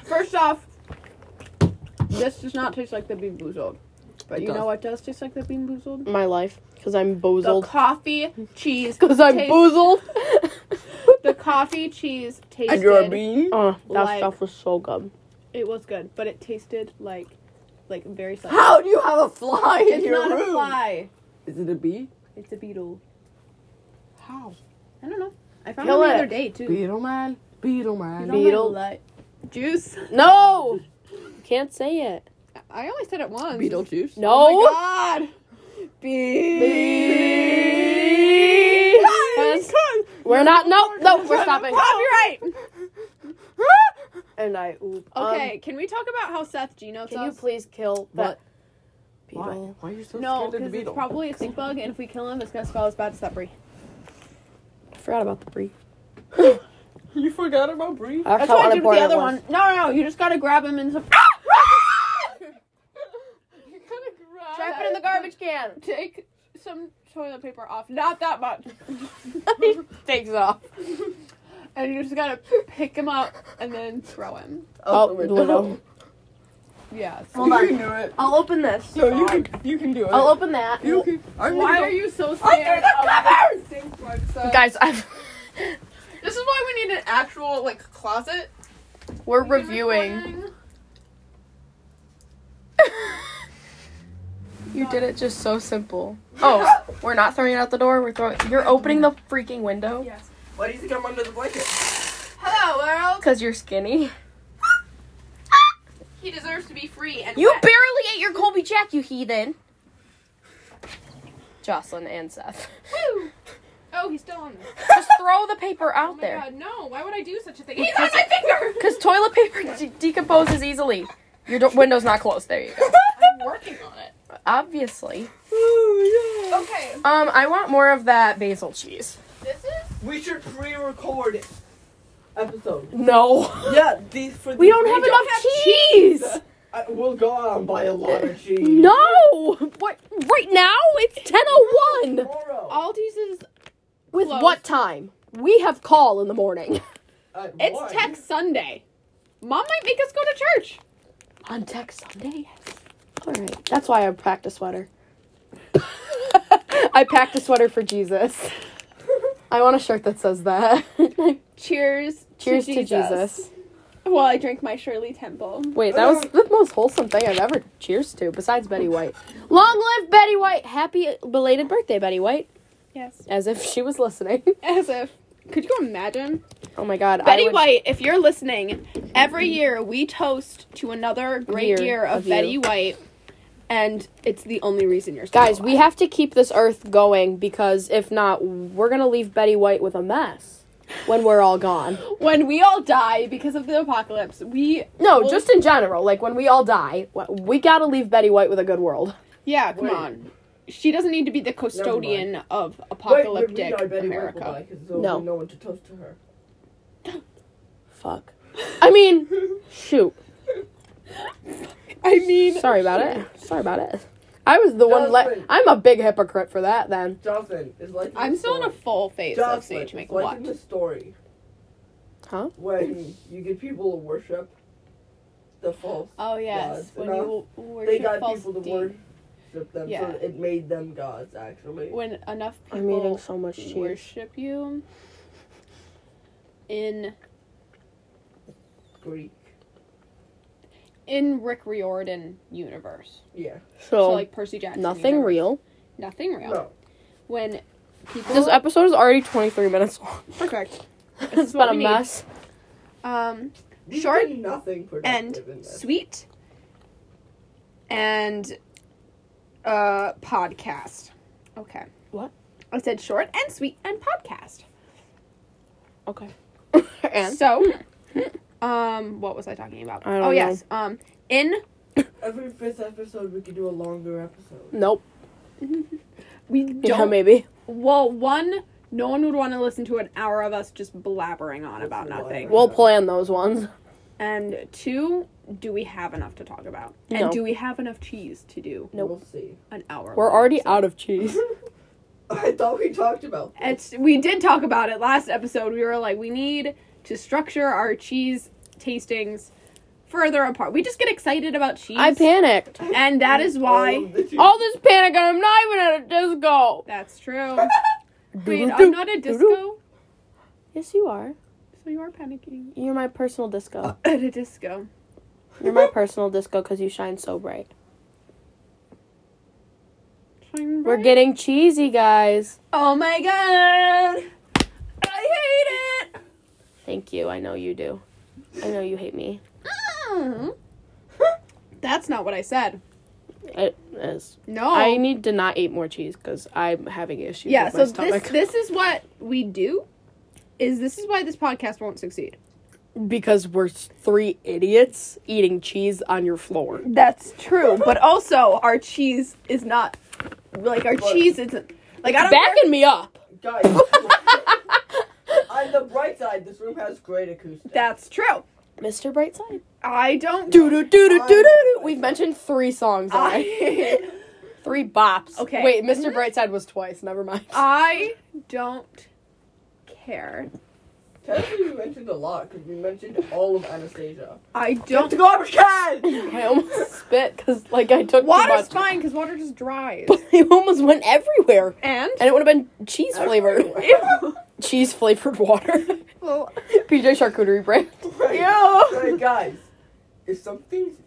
Speaker 2: First off, this does not taste like the Bean Boozled. But
Speaker 3: It
Speaker 2: you
Speaker 3: does.
Speaker 2: know what does taste like the Bean Boozled?
Speaker 1: My life, because I'm
Speaker 2: The
Speaker 1: boozled.
Speaker 2: coffee cheese.
Speaker 1: Because I'm
Speaker 2: tastes-
Speaker 1: boozled.
Speaker 2: The coffee cheese tasted.
Speaker 3: And you're a bean?
Speaker 1: Oh, that
Speaker 2: Like-
Speaker 1: stuff was so good.
Speaker 2: It was good, but it tasted like, like very slightly.
Speaker 3: How do you have a fly in
Speaker 2: It's
Speaker 3: your
Speaker 2: not
Speaker 3: room?
Speaker 2: a fly.
Speaker 3: Is it a bee?
Speaker 2: It's a beetle.
Speaker 3: How?
Speaker 2: I don't know. I found
Speaker 1: Kill
Speaker 2: one
Speaker 1: it.
Speaker 2: the other day too.
Speaker 3: Beetle man. Beetle man.
Speaker 2: It's on my
Speaker 1: Beetle.
Speaker 2: li- Juice.
Speaker 1: No, You can't say it.
Speaker 2: I only said it once.
Speaker 3: Beetlejuice.
Speaker 1: No.
Speaker 2: Oh my god.
Speaker 1: Bee- Yes. We're not. No, no, we're stopping.
Speaker 2: Copyright.
Speaker 1: And I. Oop. Um,
Speaker 2: Okay, can we talk about how Seth Geno
Speaker 1: can you
Speaker 2: sells?
Speaker 1: please kill
Speaker 3: What?
Speaker 1: that
Speaker 3: Why?
Speaker 1: beetle?
Speaker 3: Why are you so
Speaker 2: no,
Speaker 3: scared of
Speaker 2: because
Speaker 3: the
Speaker 2: it's
Speaker 3: beetle?
Speaker 2: probably a stink bug, and if we kill him, it's gonna smell as bad as that brie.
Speaker 1: I forgot about the brie.
Speaker 3: you forgot about Bree.
Speaker 1: I
Speaker 2: That's
Speaker 1: forgot
Speaker 2: why
Speaker 1: what
Speaker 2: I did with the
Speaker 1: important
Speaker 2: other
Speaker 1: it
Speaker 2: one.
Speaker 1: was.
Speaker 2: No, no, no, you just gotta grab him and.
Speaker 1: Try put it in the garbage can.
Speaker 2: Take some toilet paper off, not that much,
Speaker 1: Takes off.
Speaker 2: and you just gotta pick him up and then throw him.
Speaker 1: Oh, the window.
Speaker 2: Yeah. so-
Speaker 1: Hold on.
Speaker 3: You can do it.
Speaker 1: I'll open this.
Speaker 3: No, you can. You can do it.
Speaker 1: I'll open that.
Speaker 3: You can. I'm
Speaker 2: Why
Speaker 3: gonna
Speaker 2: are
Speaker 3: go-
Speaker 2: you so scared?
Speaker 3: the
Speaker 2: of the stink bug, Seth?
Speaker 1: Guys, I've,
Speaker 2: This is why we need an actual like closet.
Speaker 1: we're
Speaker 2: We can
Speaker 1: reviewing.
Speaker 2: recording.
Speaker 1: You did it just so simple. Oh, we're not throwing it out the door. We're throwing. You're opening the freaking window
Speaker 2: Yes.
Speaker 3: Why do you think I'm under the blanket?
Speaker 2: Hello world.
Speaker 1: because you're skinny.
Speaker 2: He deserves to be free and
Speaker 1: You
Speaker 2: wet.
Speaker 1: barely ate your Colby Jack, you heathen. Jocelyn and Seth.
Speaker 2: Woo! Oh, he's still on this.
Speaker 1: Just throw the paper
Speaker 2: Oh
Speaker 1: out
Speaker 2: my
Speaker 1: there.
Speaker 2: god, no! Why would I do such a thing? He's on my finger.
Speaker 1: Because toilet paper de- decomposes easily. Your do- window's not closed. There you go.
Speaker 2: I'm working on it.
Speaker 1: Obviously.
Speaker 3: Oh yeah.
Speaker 2: Okay,
Speaker 1: Um, I want more of that basil cheese.
Speaker 2: this is
Speaker 3: We should pre-record it. Episode.
Speaker 1: No.
Speaker 3: Yeah, these for.
Speaker 1: We
Speaker 3: these-
Speaker 1: don't have enough
Speaker 2: have
Speaker 1: cheese.
Speaker 3: I, we'll go out and buy a lot of cheese.
Speaker 1: No. What? Right now? It's ten oh one.
Speaker 3: Tomorrow.
Speaker 2: Aldi's. Is
Speaker 1: With
Speaker 2: Close.
Speaker 1: what time? We have call in the morning.
Speaker 3: At one.
Speaker 2: it's Tech Sunday. Mom might make us go to church.
Speaker 1: On Tech Sunday? Yes. Alright. That's why I packed a sweater. I packed a sweater for Jesus. I want a shirt that says that.
Speaker 2: Cheers.
Speaker 1: Cheers to Jesus.
Speaker 2: While I drink my Shirley Temple.
Speaker 1: Wait, that was the most wholesome thing I've ever cheers to, besides Betty White. Long live Betty White! Happy belated birthday, Betty White.
Speaker 2: Yes.
Speaker 1: As if she was listening.
Speaker 2: As if. Could you imagine?
Speaker 1: Oh my god. I
Speaker 2: Betty
Speaker 1: would-
Speaker 2: White, if you're listening, every year we toast to another great year,
Speaker 1: Year
Speaker 2: of,
Speaker 1: of you.
Speaker 2: Betty White, and it's the only reason you're still
Speaker 1: Guys, we
Speaker 2: alive.
Speaker 1: have to keep this earth going because if not, we're gonna leave Betty White with a mess when we're all gone.
Speaker 2: when we all die because of the apocalypse, we
Speaker 1: No,
Speaker 2: will-
Speaker 1: just in general, like when we all die, wh- we gotta leave Betty White with a good world.
Speaker 2: yeah, come
Speaker 3: Wait.
Speaker 2: on. She doesn't need to be the custodian
Speaker 3: Wait, wait,
Speaker 2: of
Speaker 3: we
Speaker 2: apocalyptic
Speaker 3: know Betty White will
Speaker 2: America.
Speaker 3: buy, 'cause there'll
Speaker 1: No.
Speaker 3: be no one to toast to her.
Speaker 1: Fuck. I mean, shoot.
Speaker 2: I mean,
Speaker 1: Sorry about it. Sorry about it. I was the one. Le-
Speaker 3: Jocelyn.
Speaker 1: I'm a big hypocrite for that. Then
Speaker 3: Jocelyn is like.
Speaker 2: I'm still in a full phase of
Speaker 3: Jocelyn
Speaker 2: stage
Speaker 3: is
Speaker 2: make
Speaker 3: like
Speaker 2: watch.
Speaker 3: in the story
Speaker 1: Huh?
Speaker 3: when you get people to worship the false.
Speaker 2: Oh yes,
Speaker 3: gods,
Speaker 2: when
Speaker 3: and, uh,
Speaker 2: you
Speaker 3: they
Speaker 2: worship
Speaker 3: got
Speaker 2: false
Speaker 3: people to
Speaker 2: de-
Speaker 3: worship them,
Speaker 2: Yeah.
Speaker 3: so it made them gods actually.
Speaker 2: when enough
Speaker 1: I'm eating
Speaker 2: people
Speaker 1: so much cheese.
Speaker 2: worship you in
Speaker 3: Greek.
Speaker 2: in Rick Riordan universe.
Speaker 3: Yeah.
Speaker 1: So,
Speaker 2: so like Percy Jackson.
Speaker 1: nothing
Speaker 2: universe.
Speaker 1: real.
Speaker 2: Nothing real.
Speaker 3: No.
Speaker 2: When people
Speaker 1: This episode is already 23 minutes long.
Speaker 2: perfect.
Speaker 1: it's
Speaker 2: what
Speaker 1: been a
Speaker 2: we need.
Speaker 1: mess.
Speaker 2: Um,
Speaker 3: You
Speaker 2: Short
Speaker 3: did nothing productive
Speaker 2: and
Speaker 3: in this.
Speaker 2: sweet and uh podcast. Okay.
Speaker 1: What?
Speaker 2: I said short and sweet and podcast.
Speaker 1: Okay. and Hmm.
Speaker 2: So, um, what was I talking about?
Speaker 1: I don't
Speaker 2: oh
Speaker 1: know.
Speaker 2: yes, um, in
Speaker 3: Every fifth episode, we could do a longer episode.
Speaker 1: nope.
Speaker 2: we
Speaker 1: Yeah,
Speaker 2: don't.
Speaker 1: maybe.
Speaker 2: well, one, no one would want to listen to an hour of us just blabbering on about
Speaker 3: That's
Speaker 2: nothing.
Speaker 3: why.
Speaker 1: We'll plan those ones.
Speaker 2: And two, do we have enough to talk about?
Speaker 1: No.
Speaker 2: And do we have enough cheese to do
Speaker 1: Nope.
Speaker 3: We'll see.
Speaker 2: an hour?
Speaker 1: We're
Speaker 2: long
Speaker 1: already
Speaker 2: episode?
Speaker 1: out of cheese.
Speaker 3: I thought we talked about. This.
Speaker 2: It's we did talk about it last episode. We were like, we need to structure our cheese tastings further apart. We just get excited about cheese.
Speaker 1: I panicked.
Speaker 2: and that is
Speaker 3: All of
Speaker 2: why.
Speaker 3: the cheese.
Speaker 1: All this panic, and I'm not even at a disco.
Speaker 2: That's true. Wait, I'm not a disco.
Speaker 1: Yes, you are.
Speaker 2: So you are panicking.
Speaker 1: You're my personal disco.
Speaker 2: At a disco.
Speaker 1: You're my personal disco because you shine so bright. We're getting cheesy, guys.
Speaker 2: Oh my god! I hate it!
Speaker 1: Thank you. I know you do. I know you hate me.
Speaker 2: Mm. That's not what I said.
Speaker 1: It is.
Speaker 2: No.
Speaker 1: I need to not eat more cheese because I'm having issues with
Speaker 2: yeah, so
Speaker 1: my
Speaker 2: this,
Speaker 1: stomach.
Speaker 2: this is what we do. Is this is why this podcast won't succeed.
Speaker 1: because we're three idiots eating cheese on your floor.
Speaker 2: That's true, but also our cheese is not like our cheese isn't like I don't
Speaker 1: Backing me up.
Speaker 3: Guys, on the bright side, this room has great acoustics.
Speaker 2: That's true.
Speaker 1: Mr. Brightside.
Speaker 2: I don't
Speaker 1: Doo doo doo doo doo doo doo. We've mentioned three songs already.
Speaker 2: I,
Speaker 1: three bops.
Speaker 2: Okay. Uh,
Speaker 1: Wait, mister Brightside was twice. Never mind.
Speaker 2: I don't care.
Speaker 3: Technically, we mentioned a lot because we mentioned all of Anastasia.
Speaker 2: I
Speaker 3: Dump
Speaker 2: don't
Speaker 3: the garbage can!
Speaker 1: I almost spit because like I took
Speaker 2: Water's
Speaker 1: too much.
Speaker 2: fine because water just dries.
Speaker 1: But I almost went everywhere,
Speaker 2: And
Speaker 1: and it would have been cheese flavored.
Speaker 3: Everywhere.
Speaker 2: ew,
Speaker 1: cheese flavored water.
Speaker 2: well,
Speaker 1: PJ Charcuterie brand.
Speaker 3: Right.
Speaker 2: ew.
Speaker 3: Right, guys, if something's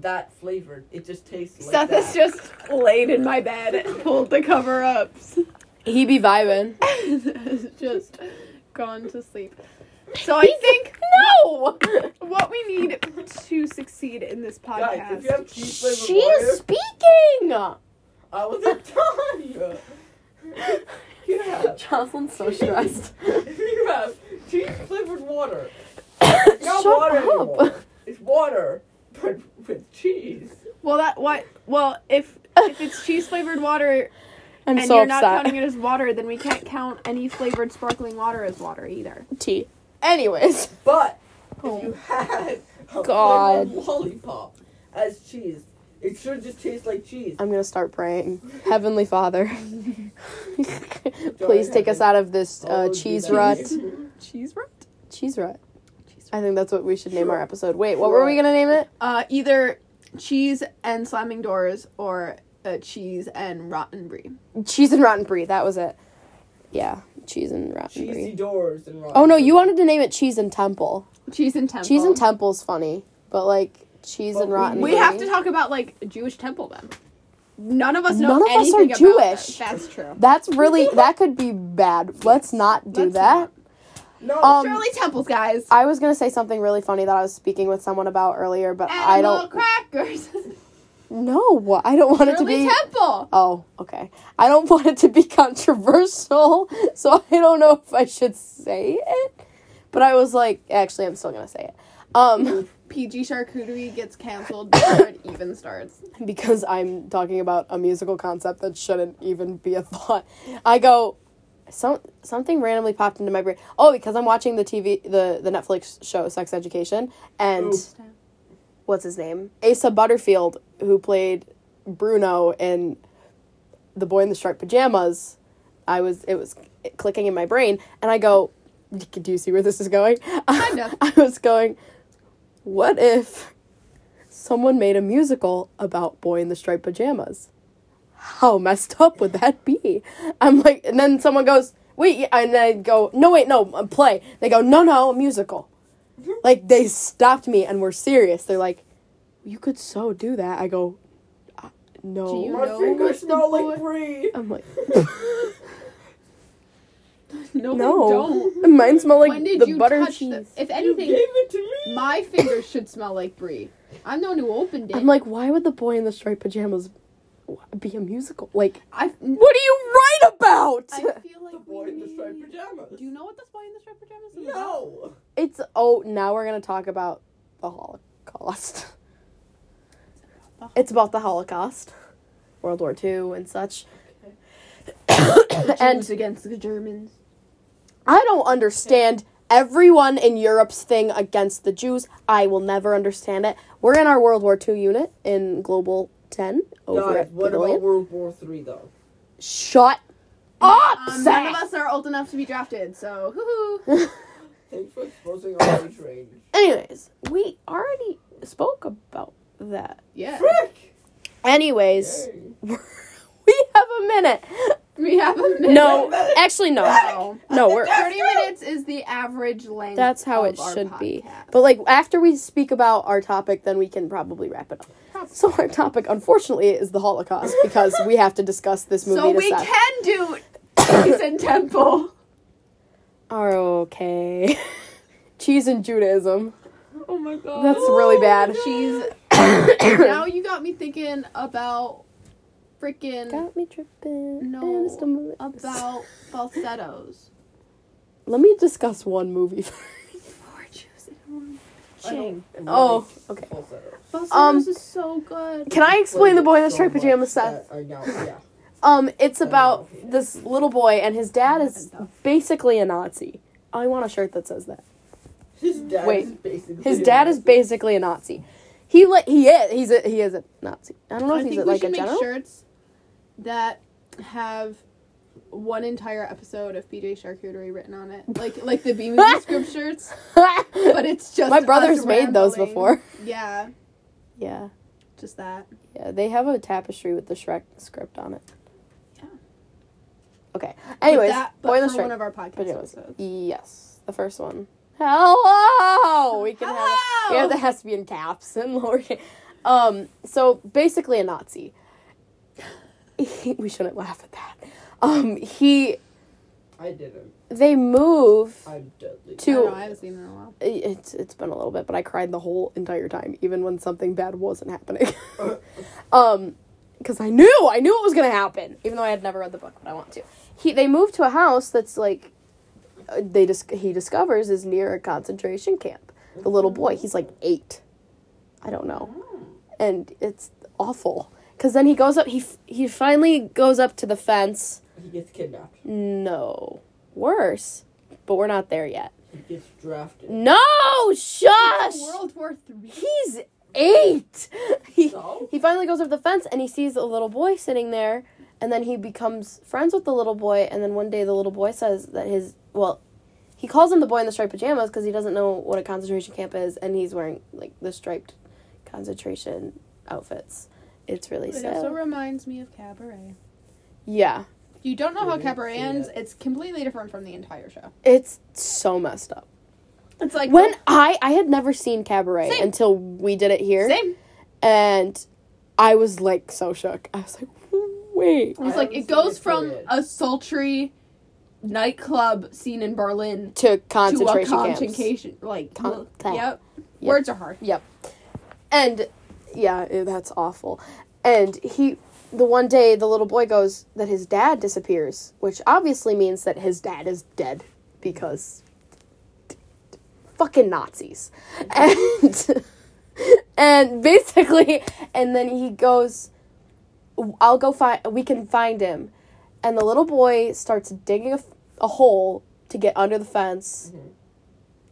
Speaker 3: that flavored, it just tastes like
Speaker 2: Seth
Speaker 3: that.
Speaker 2: is just laid in my bed, and pulled the cover ups,
Speaker 1: He be vibing.
Speaker 2: has just gone to sleep. So I think
Speaker 1: No.
Speaker 2: what we need to succeed in this
Speaker 3: Guys,
Speaker 2: podcast.
Speaker 3: if you have cheese flavored
Speaker 1: She
Speaker 3: water,
Speaker 1: is speaking.
Speaker 3: I was not telling you. Yeah.
Speaker 1: Jocelyn's so stressed.
Speaker 3: If you have cheese flavored water,
Speaker 1: Shut
Speaker 3: it's not water
Speaker 1: up.
Speaker 3: anymore. It's water, but with cheese.
Speaker 2: Well, that what? Well, if if it's cheese flavored water
Speaker 1: I'm
Speaker 2: and
Speaker 1: so
Speaker 2: you're not
Speaker 1: upset.
Speaker 2: counting it as water, then we can't count any flavored sparkling water as water either.
Speaker 1: Tea. Anyways,
Speaker 3: But
Speaker 1: Oh.
Speaker 3: if you had a
Speaker 1: God.
Speaker 3: flavored lollipop as cheese, it should just taste like cheese.
Speaker 1: I'm gonna start praying. Heavenly Father, please take us out of this
Speaker 3: All
Speaker 1: uh,
Speaker 2: Oh,
Speaker 3: of you
Speaker 1: cheese
Speaker 3: that
Speaker 1: rut.
Speaker 3: you-
Speaker 2: Cheese rot?
Speaker 1: Cheese rut.
Speaker 2: Cheese
Speaker 1: I think that's what we should name our episode. Wait, what were we gonna name it?
Speaker 2: Uh, either cheese and slamming doors or uh, cheese and rotten brie.
Speaker 1: Cheese and rotten brie. That was it. Yeah, cheese and rotten
Speaker 3: Cheesy
Speaker 1: brie.
Speaker 3: doors and rotten
Speaker 1: Oh no, you wanted to name it cheese and temple.
Speaker 2: Cheese and temple.
Speaker 1: Cheese and temple's funny, but like cheese and
Speaker 3: But
Speaker 1: rotten.
Speaker 2: We
Speaker 1: brie-
Speaker 2: have to talk about like Jewish temple then. None of us know
Speaker 1: None of us are
Speaker 2: anything about that.
Speaker 1: Jewish.
Speaker 2: That's true.
Speaker 1: That's really that could be bad. Let's not do
Speaker 2: Let's
Speaker 1: that.
Speaker 2: not.
Speaker 3: No,
Speaker 1: Um,
Speaker 2: Shirley temples, guys.
Speaker 1: I was gonna say something really funny that I was speaking with someone about earlier, but I
Speaker 2: Animal
Speaker 1: don't.
Speaker 2: crackers.
Speaker 1: no, I don't want it to
Speaker 2: Shirley
Speaker 1: be.
Speaker 2: temple.
Speaker 1: oh, okay. I don't want it to be controversial, so I don't know if I should say it. But I was like, actually, I'm still gonna say it. Um,
Speaker 2: PG charcuterie gets canceled before it even starts.
Speaker 1: because I'm talking about a musical concept that shouldn't even be a thought. I go, some something randomly popped into my brain. Oh, because I'm watching the TV, the the Netflix show Sex Education, and
Speaker 3: Ooh.
Speaker 1: what's his name, Asa Butterfield, who played Bruno in The Boy in the Striped Pajamas. I was it was clicking in my brain, and I go, do you see where this is going?
Speaker 2: Kinda.
Speaker 1: I was going, what if someone made a musical about Boy in the Striped Pajamas? How messed up would that be? I'm like, and then someone goes, wait, yeah, and I go, no, wait, no, a play. They go, no, no, a musical.
Speaker 2: Mm-hmm.
Speaker 1: Like, they stopped me and were serious. They're like, you could so do that. I go, "Uh, no. Um,
Speaker 2: Do you-
Speaker 3: my
Speaker 2: No,
Speaker 3: fingers
Speaker 2: the
Speaker 3: smell
Speaker 2: boy-
Speaker 3: like brie.
Speaker 1: I'm like,
Speaker 2: No,
Speaker 1: no.
Speaker 2: we don't.
Speaker 1: Mine smell like
Speaker 2: when did
Speaker 1: the
Speaker 2: you
Speaker 1: butter
Speaker 2: touch
Speaker 1: cheese.
Speaker 2: the- if
Speaker 3: You gave
Speaker 2: anything,
Speaker 3: it to me.
Speaker 2: my fingers should smell like brie. I'm the one who opened it.
Speaker 1: I'm like, why would the boy in the striped pajamas be a musical? Like,
Speaker 2: I,
Speaker 1: what do you write about?
Speaker 2: I feel like
Speaker 3: the boy
Speaker 2: we
Speaker 3: in the striped
Speaker 2: need-
Speaker 3: pajamas.
Speaker 2: Do you know what this boy in the striped pajamas is? about?
Speaker 3: No.
Speaker 1: It's oh, now we're gonna talk about the Holocaust. It's about the Holocaust, World War II, and such. and
Speaker 2: Jews against the Germans.
Speaker 1: I don't understand everyone in Europe's thing against the Jews. I will never understand it. We're in our World War II unit in Global 10 over
Speaker 3: Guys,
Speaker 1: at
Speaker 3: what
Speaker 1: Pavilion.
Speaker 3: about World War Three though?
Speaker 1: Shut up,
Speaker 2: Um, none of
Speaker 1: Seth!
Speaker 2: us are old enough to be drafted, so hoo hoo.
Speaker 3: Thanks for exposing our age range.
Speaker 1: Anyways, we already spoke about that.
Speaker 2: Yeah.
Speaker 3: Frick!
Speaker 1: Anyways,
Speaker 3: Dang.
Speaker 1: we have a minute.
Speaker 2: We have a minute.
Speaker 1: No, actually, no.
Speaker 2: No.
Speaker 1: No, we're.
Speaker 2: 30 minutes is the average length.
Speaker 1: That's how
Speaker 2: of
Speaker 1: it
Speaker 2: our
Speaker 1: should be.
Speaker 2: podcast.
Speaker 1: But like after we speak about our topic, then we can probably wrap it up. So our topic, unfortunately, is the Holocaust because we have to discuss this movie.
Speaker 2: So
Speaker 1: to
Speaker 2: we
Speaker 1: stop.
Speaker 2: can do Cheese and Temple.
Speaker 1: Okay. Cheese and Judaism.
Speaker 2: Oh my god.
Speaker 1: That's really bad.
Speaker 2: Cheese. now you got me thinking about freaking
Speaker 1: Got me tripping.
Speaker 2: No,
Speaker 1: and stumbling.
Speaker 2: about falsettos.
Speaker 1: Let me discuss one movie first.
Speaker 2: Four Jews in a room.
Speaker 3: I don't really
Speaker 1: Oh, okay.
Speaker 3: falsetto.
Speaker 2: Falsettos
Speaker 1: Um,
Speaker 2: is so good.
Speaker 1: Can I explain the boy in the
Speaker 3: So
Speaker 1: striped
Speaker 3: much
Speaker 1: pajamas, Seth?
Speaker 3: that I know, yeah.
Speaker 1: Um, it's about this little boy and his dad is basically a Nazi. I want a shirt that says that.
Speaker 3: His dad
Speaker 1: Wait,
Speaker 3: is basically
Speaker 1: His dad is basically a Nazi. He like he is he's a he is a Nazi. I don't know
Speaker 2: I
Speaker 1: if he's
Speaker 2: think
Speaker 1: a,
Speaker 2: we
Speaker 1: like a
Speaker 2: should make
Speaker 1: general.
Speaker 2: shirts that have one entire episode of BJ Charcuterie written on it, like like the Beam and Scoop shirts. But it's just
Speaker 1: My
Speaker 2: us
Speaker 1: brother's made those
Speaker 2: rambling.
Speaker 1: before.
Speaker 2: Yeah,
Speaker 1: Yeah,
Speaker 2: just that.
Speaker 1: yeah. They have a tapestry with the Shrek script on it.
Speaker 2: Yeah.
Speaker 1: Okay.
Speaker 2: But
Speaker 1: Anyways,
Speaker 2: that- but
Speaker 1: boy in the
Speaker 2: for one
Speaker 1: striped
Speaker 2: of our podcast
Speaker 1: pajamas.
Speaker 2: episodes.
Speaker 1: Yes, the first one. Hello. We can have.
Speaker 2: Hello!
Speaker 1: Yeah, that has to be in caps and lowercase. Um, so basically a Nazi. we shouldn't laugh at that. Um, he
Speaker 3: I didn't.
Speaker 1: they move.
Speaker 3: I'm deadly.
Speaker 1: To-
Speaker 2: I don't know, I haven't seen them in a while.
Speaker 1: It's it's been a little bit, but I cried the whole entire time, even when something bad wasn't happening. um, because I knew I knew it was gonna happen, even though I had never read the book, but I want to. He they moved to a house that's like uh, they dis- he discovers is near a concentration camp. The little boy, he's like eight. I don't know and it's awful because then he goes up he f- he finally goes up to the fence
Speaker 3: He gets kidnapped.
Speaker 1: no worse but we're not there yet
Speaker 3: He gets drafted.
Speaker 1: no shush
Speaker 2: World War Three.
Speaker 1: he's eight he,
Speaker 3: So?
Speaker 1: he finally goes up the fence and he sees a little boy sitting there and then he becomes friends with the little boy and then one day the little boy says that his well he calls him the boy in the striped pajamas because he doesn't know what a concentration camp is and he's wearing like the striped concentration outfits it's really
Speaker 2: It
Speaker 1: sad
Speaker 2: also reminds me of Cabaret.
Speaker 1: Yeah.
Speaker 2: You don't know how
Speaker 3: Didn't
Speaker 2: Cabaret
Speaker 3: see
Speaker 2: ends.
Speaker 3: it.
Speaker 2: It's completely different from the entire show.
Speaker 1: It's so messed up.
Speaker 2: It's like
Speaker 1: When I I had never seen Cabaret
Speaker 2: Same.
Speaker 1: until we did it here.
Speaker 2: same.
Speaker 1: And I was like so shook. I was like, wait.
Speaker 2: It's
Speaker 3: I
Speaker 2: like
Speaker 3: haven't
Speaker 2: it
Speaker 3: seen
Speaker 2: goes
Speaker 3: it
Speaker 2: from
Speaker 3: period.
Speaker 2: a sultry nightclub scene in Berlin
Speaker 1: To
Speaker 2: to a
Speaker 1: concentration camps.
Speaker 2: concentration like
Speaker 1: Con-
Speaker 2: yep.
Speaker 1: yep.
Speaker 2: Words are hard.
Speaker 1: Yep. And yeah, eh, that's awful. And he the one day the little boy goes that his dad disappears, which obviously means that his dad is dead because fucking Nazis. And and basically and then he goes I'll go find we can find him. And the little boy starts digging a, f- a hole to get under the fence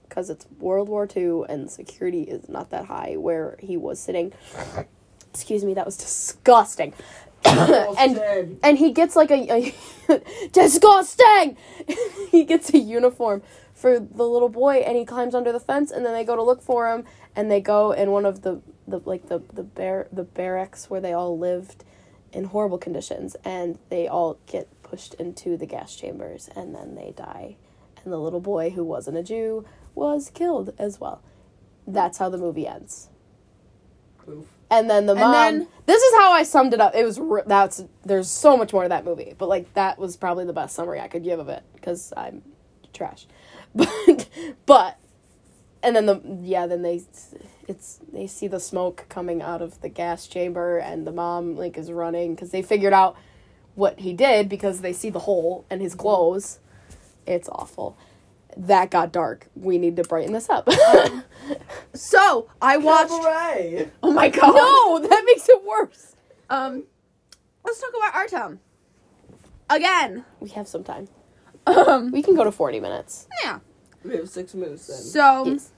Speaker 1: because it's World War II and security is not that high where he was sitting. Excuse me, that was disgusting. and
Speaker 3: Austin.
Speaker 1: and he gets like a, a disgusting. he gets a uniform for the little boy, and he climbs under the fence, and then they go to look for him, and they go in one of the the like the the bar- the barracks where they all lived in horrible conditions, and they all get pushed into the gas chambers, and then they die, and the little boy who wasn't a Jew was killed as well. That's how the movie ends.
Speaker 3: Poof.
Speaker 1: And then the
Speaker 2: And
Speaker 1: mom.
Speaker 2: then-
Speaker 1: this is how I summed it up. It was r- that's there's so much more to that movie, but like that was probably the best summary I could give of it because I'm trash. But but and then the yeah then they s- it's they see the smoke coming out of the gas chamber and the mom like is running because they figured out what he did because they see the hole and his clothes. It's awful. That got dark. We need to brighten this up.
Speaker 2: Uh, So I watched.
Speaker 3: Cabaret.
Speaker 2: Oh my god.
Speaker 1: no, that makes it worse.
Speaker 2: Um, let's talk about our town again.
Speaker 1: We have some time.
Speaker 2: Um,
Speaker 1: We can go to 40 minutes.
Speaker 2: yeah.
Speaker 3: We have six minutes then.
Speaker 2: So
Speaker 1: Yes.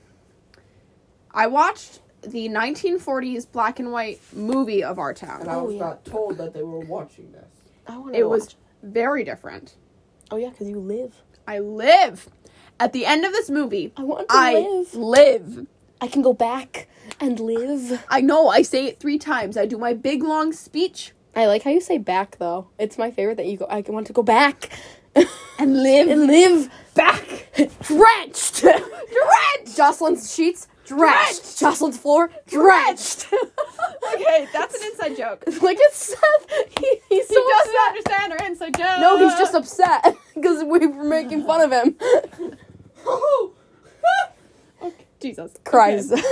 Speaker 2: I watched the 1940s black and white movie of our
Speaker 3: and
Speaker 2: town.
Speaker 3: I
Speaker 1: Oh,
Speaker 3: was
Speaker 1: yeah.
Speaker 3: not told that they were watching this.
Speaker 1: I want
Speaker 2: It was very different.
Speaker 1: Oh, yeah, because you live.
Speaker 2: I live. At the end of this movie,
Speaker 1: I want to
Speaker 2: I
Speaker 1: live.
Speaker 2: live.
Speaker 1: I can go back and live.
Speaker 2: I know I say it three times. I do my big long speech.
Speaker 1: I like how you say back though. It's my favorite that you go. I want to go back
Speaker 2: And live
Speaker 1: and live
Speaker 2: back.
Speaker 1: drenched, drenched. Jocelyn's sheets drenched. Jocelyn's floor drenched.
Speaker 2: Okay, that's an inside joke.
Speaker 1: like it's Seth. He, he's
Speaker 2: He
Speaker 1: so
Speaker 2: doesn't
Speaker 1: upset.
Speaker 2: understand our inside joke.
Speaker 1: No, he's just upset because we were making fun of him.
Speaker 2: Okay, Jesus
Speaker 1: Cries.
Speaker 2: Okay.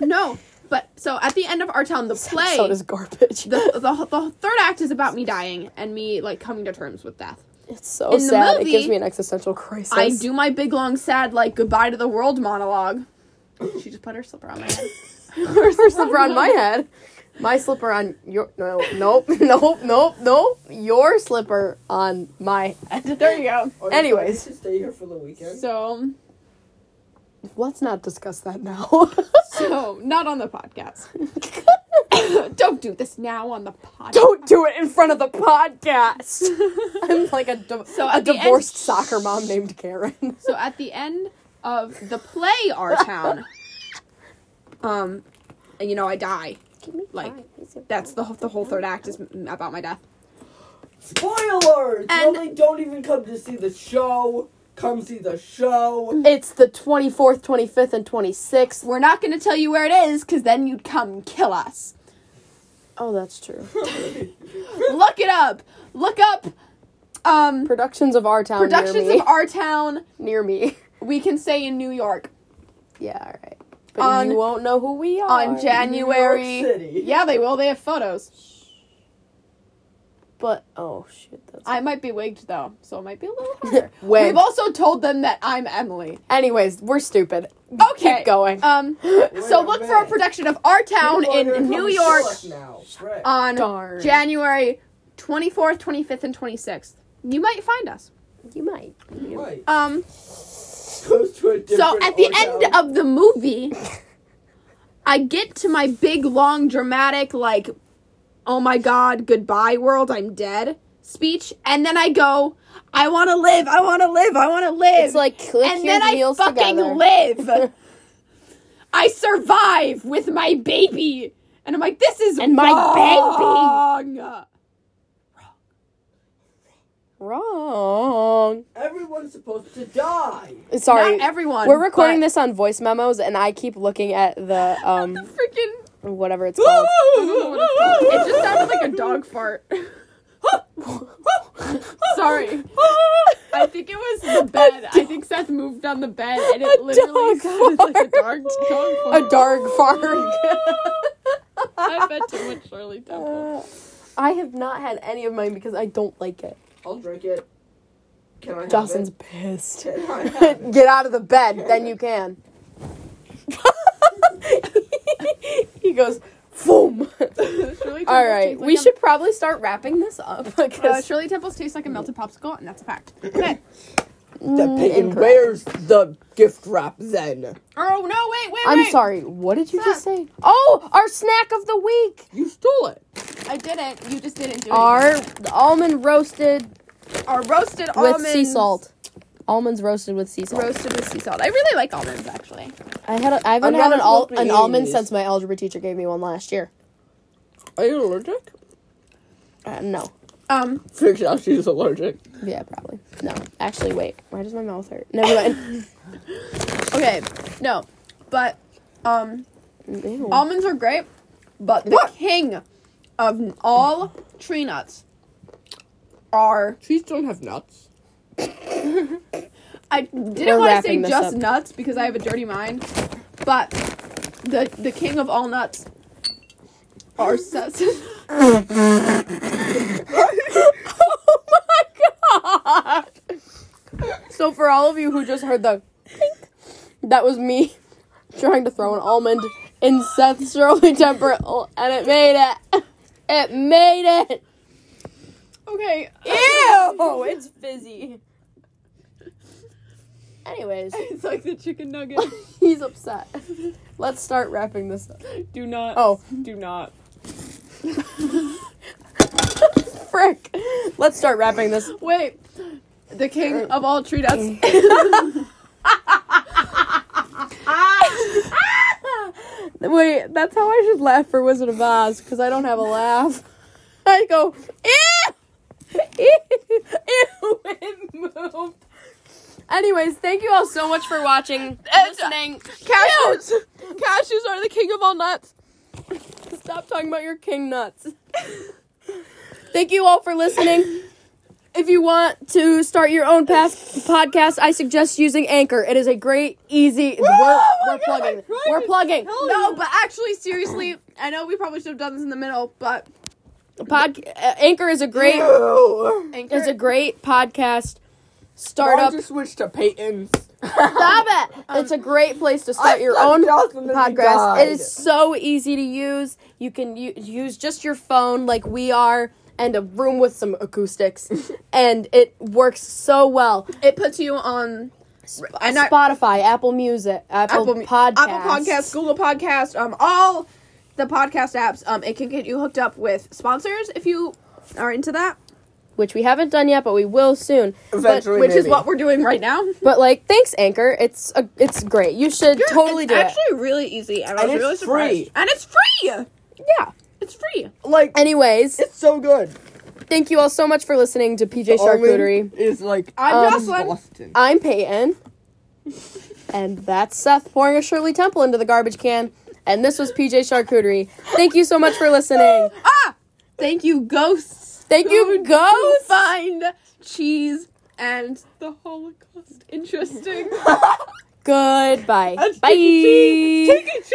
Speaker 2: No, but so at the end of our town, the play,
Speaker 1: so does garbage.
Speaker 2: the, the the third act is about me dying and me like coming to terms with death.
Speaker 1: it's so
Speaker 2: in the
Speaker 1: sad.
Speaker 2: movie,
Speaker 1: it gives me an existential crisis.
Speaker 2: I do my big long sad like goodbye to the world monologue. She just put her slipper on my head.
Speaker 1: Her slipper on my head. My slipper on your no nope nope nope nope your slipper on my head.
Speaker 2: There you go.
Speaker 3: Or
Speaker 1: Anyways.
Speaker 3: to stay here for the weekend.
Speaker 2: So
Speaker 1: Let's not discuss that now.
Speaker 2: so not on the podcast. Don't do this now on the podcast.
Speaker 1: Don't do it in front of the podcast. I'm like a di-
Speaker 2: So
Speaker 1: a
Speaker 2: at the
Speaker 1: divorced
Speaker 2: end-
Speaker 1: soccer mom named Karen.
Speaker 2: So at the end of the play Our Town, um, and you know I die. Like that's the the whole third act is m- about my death.
Speaker 3: Spoilers!
Speaker 2: And-
Speaker 3: no, they don't even come to see the show. Come see the show.
Speaker 1: It's the 24th, 25th, and 26th.
Speaker 2: We're not gonna tell you where it is, cause then you'd come kill us.
Speaker 1: Oh, that's true.
Speaker 2: Look it up. Look up. Um,
Speaker 1: Productions of our town.
Speaker 2: productions
Speaker 1: near me.
Speaker 2: of Our Town.
Speaker 1: near me.
Speaker 2: We can say in New York
Speaker 1: Yeah, all right. But
Speaker 2: On-
Speaker 1: you won't know who we are
Speaker 2: on
Speaker 3: New
Speaker 2: January.
Speaker 3: York City.
Speaker 2: Yeah, they will. They have photos.
Speaker 1: But oh shit, that's.
Speaker 2: I might be wigged though, so it might be a little harder.
Speaker 1: Wigged.
Speaker 2: We've also told them that I'm Emily.
Speaker 1: Anyways, we're stupid.
Speaker 2: Okay.
Speaker 1: Keep going.
Speaker 2: Um, so
Speaker 3: a
Speaker 2: look for a
Speaker 3: minute.
Speaker 2: production of Our Town
Speaker 3: People are gonna
Speaker 2: in
Speaker 3: come
Speaker 2: New
Speaker 3: kill
Speaker 2: York
Speaker 3: us Now. Right.
Speaker 1: Um,
Speaker 2: on
Speaker 1: Darn.
Speaker 2: January 24th, 25th, and 26th. You might find us.
Speaker 1: you might.
Speaker 3: right.
Speaker 2: Um,
Speaker 3: Goes to a
Speaker 2: so
Speaker 3: different
Speaker 2: at the
Speaker 3: old
Speaker 2: end
Speaker 3: town.
Speaker 2: of the movie, I get to my big, long, dramatic, like, oh my god, goodbye world, I'm dead speech, and then I go, I want to live, I want to live, I want to live.
Speaker 1: It's like click
Speaker 2: and
Speaker 1: your
Speaker 2: then I
Speaker 1: heels
Speaker 2: fucking
Speaker 1: together.
Speaker 2: live. I survive with my baby, and I'm like, this is
Speaker 1: And my
Speaker 2: wrong.
Speaker 1: Wrong.
Speaker 3: Everyone's supposed to die.
Speaker 1: Sorry.
Speaker 2: Not everyone.
Speaker 1: we're recording
Speaker 2: but
Speaker 1: this on voice memos, and I keep looking at the um
Speaker 2: Freaking.
Speaker 1: whatever it's called.
Speaker 2: It just sounded like a dog fart. Sorry. I think it was the bed. I think Seth moved on the bed and it
Speaker 1: A
Speaker 2: literally
Speaker 1: dog
Speaker 2: sounded like a
Speaker 1: fart.
Speaker 2: dog, dog
Speaker 1: A
Speaker 2: fart.
Speaker 1: dark fart.
Speaker 2: I bet too much Shirley Temple.
Speaker 1: I have not had any of mine because I don't like it.
Speaker 3: I'll drink it. Can I have
Speaker 1: Jocelyn's
Speaker 3: it?
Speaker 1: pissed.
Speaker 3: Can I have it?
Speaker 1: Get out of the bed, then you can. he goes, boom.
Speaker 2: Shirley
Speaker 1: All
Speaker 2: Temple's
Speaker 1: right,
Speaker 2: tastes like
Speaker 1: we
Speaker 2: a-
Speaker 1: should probably start wrapping this up.
Speaker 2: Uh,
Speaker 1: Because
Speaker 2: Shirley Temple's tastes like a melted popsicle, and that's a fact. Okay.
Speaker 3: The
Speaker 1: Mm,
Speaker 3: pig- where's the gift wrap then?
Speaker 2: Oh no! Wait, wait,
Speaker 1: I'm
Speaker 2: wait.
Speaker 1: sorry, what did you just say? Oh, our snack of the week.
Speaker 3: You stole it.
Speaker 2: I didn't. You just didn't do it.
Speaker 1: Our almond roasted
Speaker 2: our roasted
Speaker 1: with
Speaker 2: almonds
Speaker 1: sea salt. Almonds roasted with sea salt.
Speaker 2: Roasted with sea salt. I really like almonds actually.
Speaker 1: I had a, I haven't
Speaker 3: I'm
Speaker 1: had
Speaker 3: not
Speaker 1: an, al-
Speaker 3: smoking
Speaker 1: an almond
Speaker 3: these.
Speaker 1: since my algebra teacher gave me one last year.
Speaker 3: Are you allergic?
Speaker 1: Uh, no.
Speaker 2: Um,
Speaker 3: Fix out she's allergic.
Speaker 1: Yeah, probably. No. Actually, wait. Why does my mouth hurt? Never mind.
Speaker 2: okay, no, but um,
Speaker 1: Ew.
Speaker 2: almonds are great, but the king of all tree nuts are.
Speaker 3: Trees don't have nuts.
Speaker 2: I
Speaker 1: We're
Speaker 2: didn't want to say
Speaker 1: wrapping this
Speaker 2: just
Speaker 1: up.
Speaker 2: nuts because I have a dirty mind, but the the king of all nuts are ses-
Speaker 1: oh my god! So for all of you who just heard the clink, that was me trying to throw an almond in Seth's Shirley temper, oh, and it made it. It made it.
Speaker 2: okay.
Speaker 1: Ew! Oh, It's fizzy. Anyways,
Speaker 2: It's like the chicken nugget.
Speaker 1: he's upset. Let's start wrapping this up.
Speaker 2: Do not.
Speaker 1: Oh.
Speaker 2: do not.
Speaker 1: Frick! Let's start wrapping this.
Speaker 2: Wait, the
Speaker 1: Er,
Speaker 2: king of all tree nuts.
Speaker 1: Wait, that's how I should laugh for Wizard of Oz because I don't have a laugh. I go, ew! Ew! Ew! It moved. Anyways, thank you all so much for watching, listening.
Speaker 2: Cashews.
Speaker 1: Cashews are the king of all nuts. Stop talking about your king nuts. Thank you all for listening. If you want to start your own past podcast, I suggest using Anchor. It is a great, easy. we're
Speaker 2: Oh my
Speaker 1: we're
Speaker 2: God,
Speaker 1: plugging.
Speaker 2: I'm
Speaker 1: We're plugging.
Speaker 2: No, but actually, seriously, I know we probably should have done this in the middle, but
Speaker 1: Pod- uh, Anchor is a great.
Speaker 2: Anchor.
Speaker 1: It's a great podcast
Speaker 3: Why
Speaker 1: startup.
Speaker 3: don't you switch to Peyton's?
Speaker 1: Stop it! it's a great place to start your own podcast. It is so easy to use. You can u- use just your phone, like we are, and a room with some acoustics, and it works so well.
Speaker 2: it puts you on and I-
Speaker 1: Spotify, Apple Music, Apple,
Speaker 2: Mu-
Speaker 1: Podcasts,
Speaker 2: Apple Podcasts, Google Podcasts, um, all the podcast apps. Um, it can get you hooked up with sponsors if you are into that,
Speaker 1: which we haven't done yet, but we will soon. But,
Speaker 3: Eventually.
Speaker 2: which is
Speaker 3: Maybe.
Speaker 2: what we're doing right now.
Speaker 1: but like, thanks, Anchor. It's a, it's great. You should totally
Speaker 2: it's
Speaker 1: do
Speaker 2: actually really easy, and, I
Speaker 3: And
Speaker 2: was
Speaker 3: it's
Speaker 2: really surprised.
Speaker 3: free.
Speaker 2: And it's free.
Speaker 1: it. Yeah.
Speaker 2: It's free.
Speaker 3: like
Speaker 1: Anyways,
Speaker 3: it's so good.
Speaker 1: thank you all so much for listening to PJ Charcuterie.
Speaker 3: Only is like
Speaker 2: I'm
Speaker 1: Um,
Speaker 2: Jocelyn.
Speaker 3: Boston.
Speaker 1: I'm Peyton. and that's Seth pouring a Shirley Temple into the garbage can. And this was PJ Charcuterie. Thank you so much for listening.
Speaker 2: Ah, thank you, ghosts.
Speaker 1: Thank you, ghosts.
Speaker 2: Find cheese and the Holocaust interesting.
Speaker 1: Goodbye.
Speaker 2: That's
Speaker 1: Bye.
Speaker 2: cheese. Take a cheese.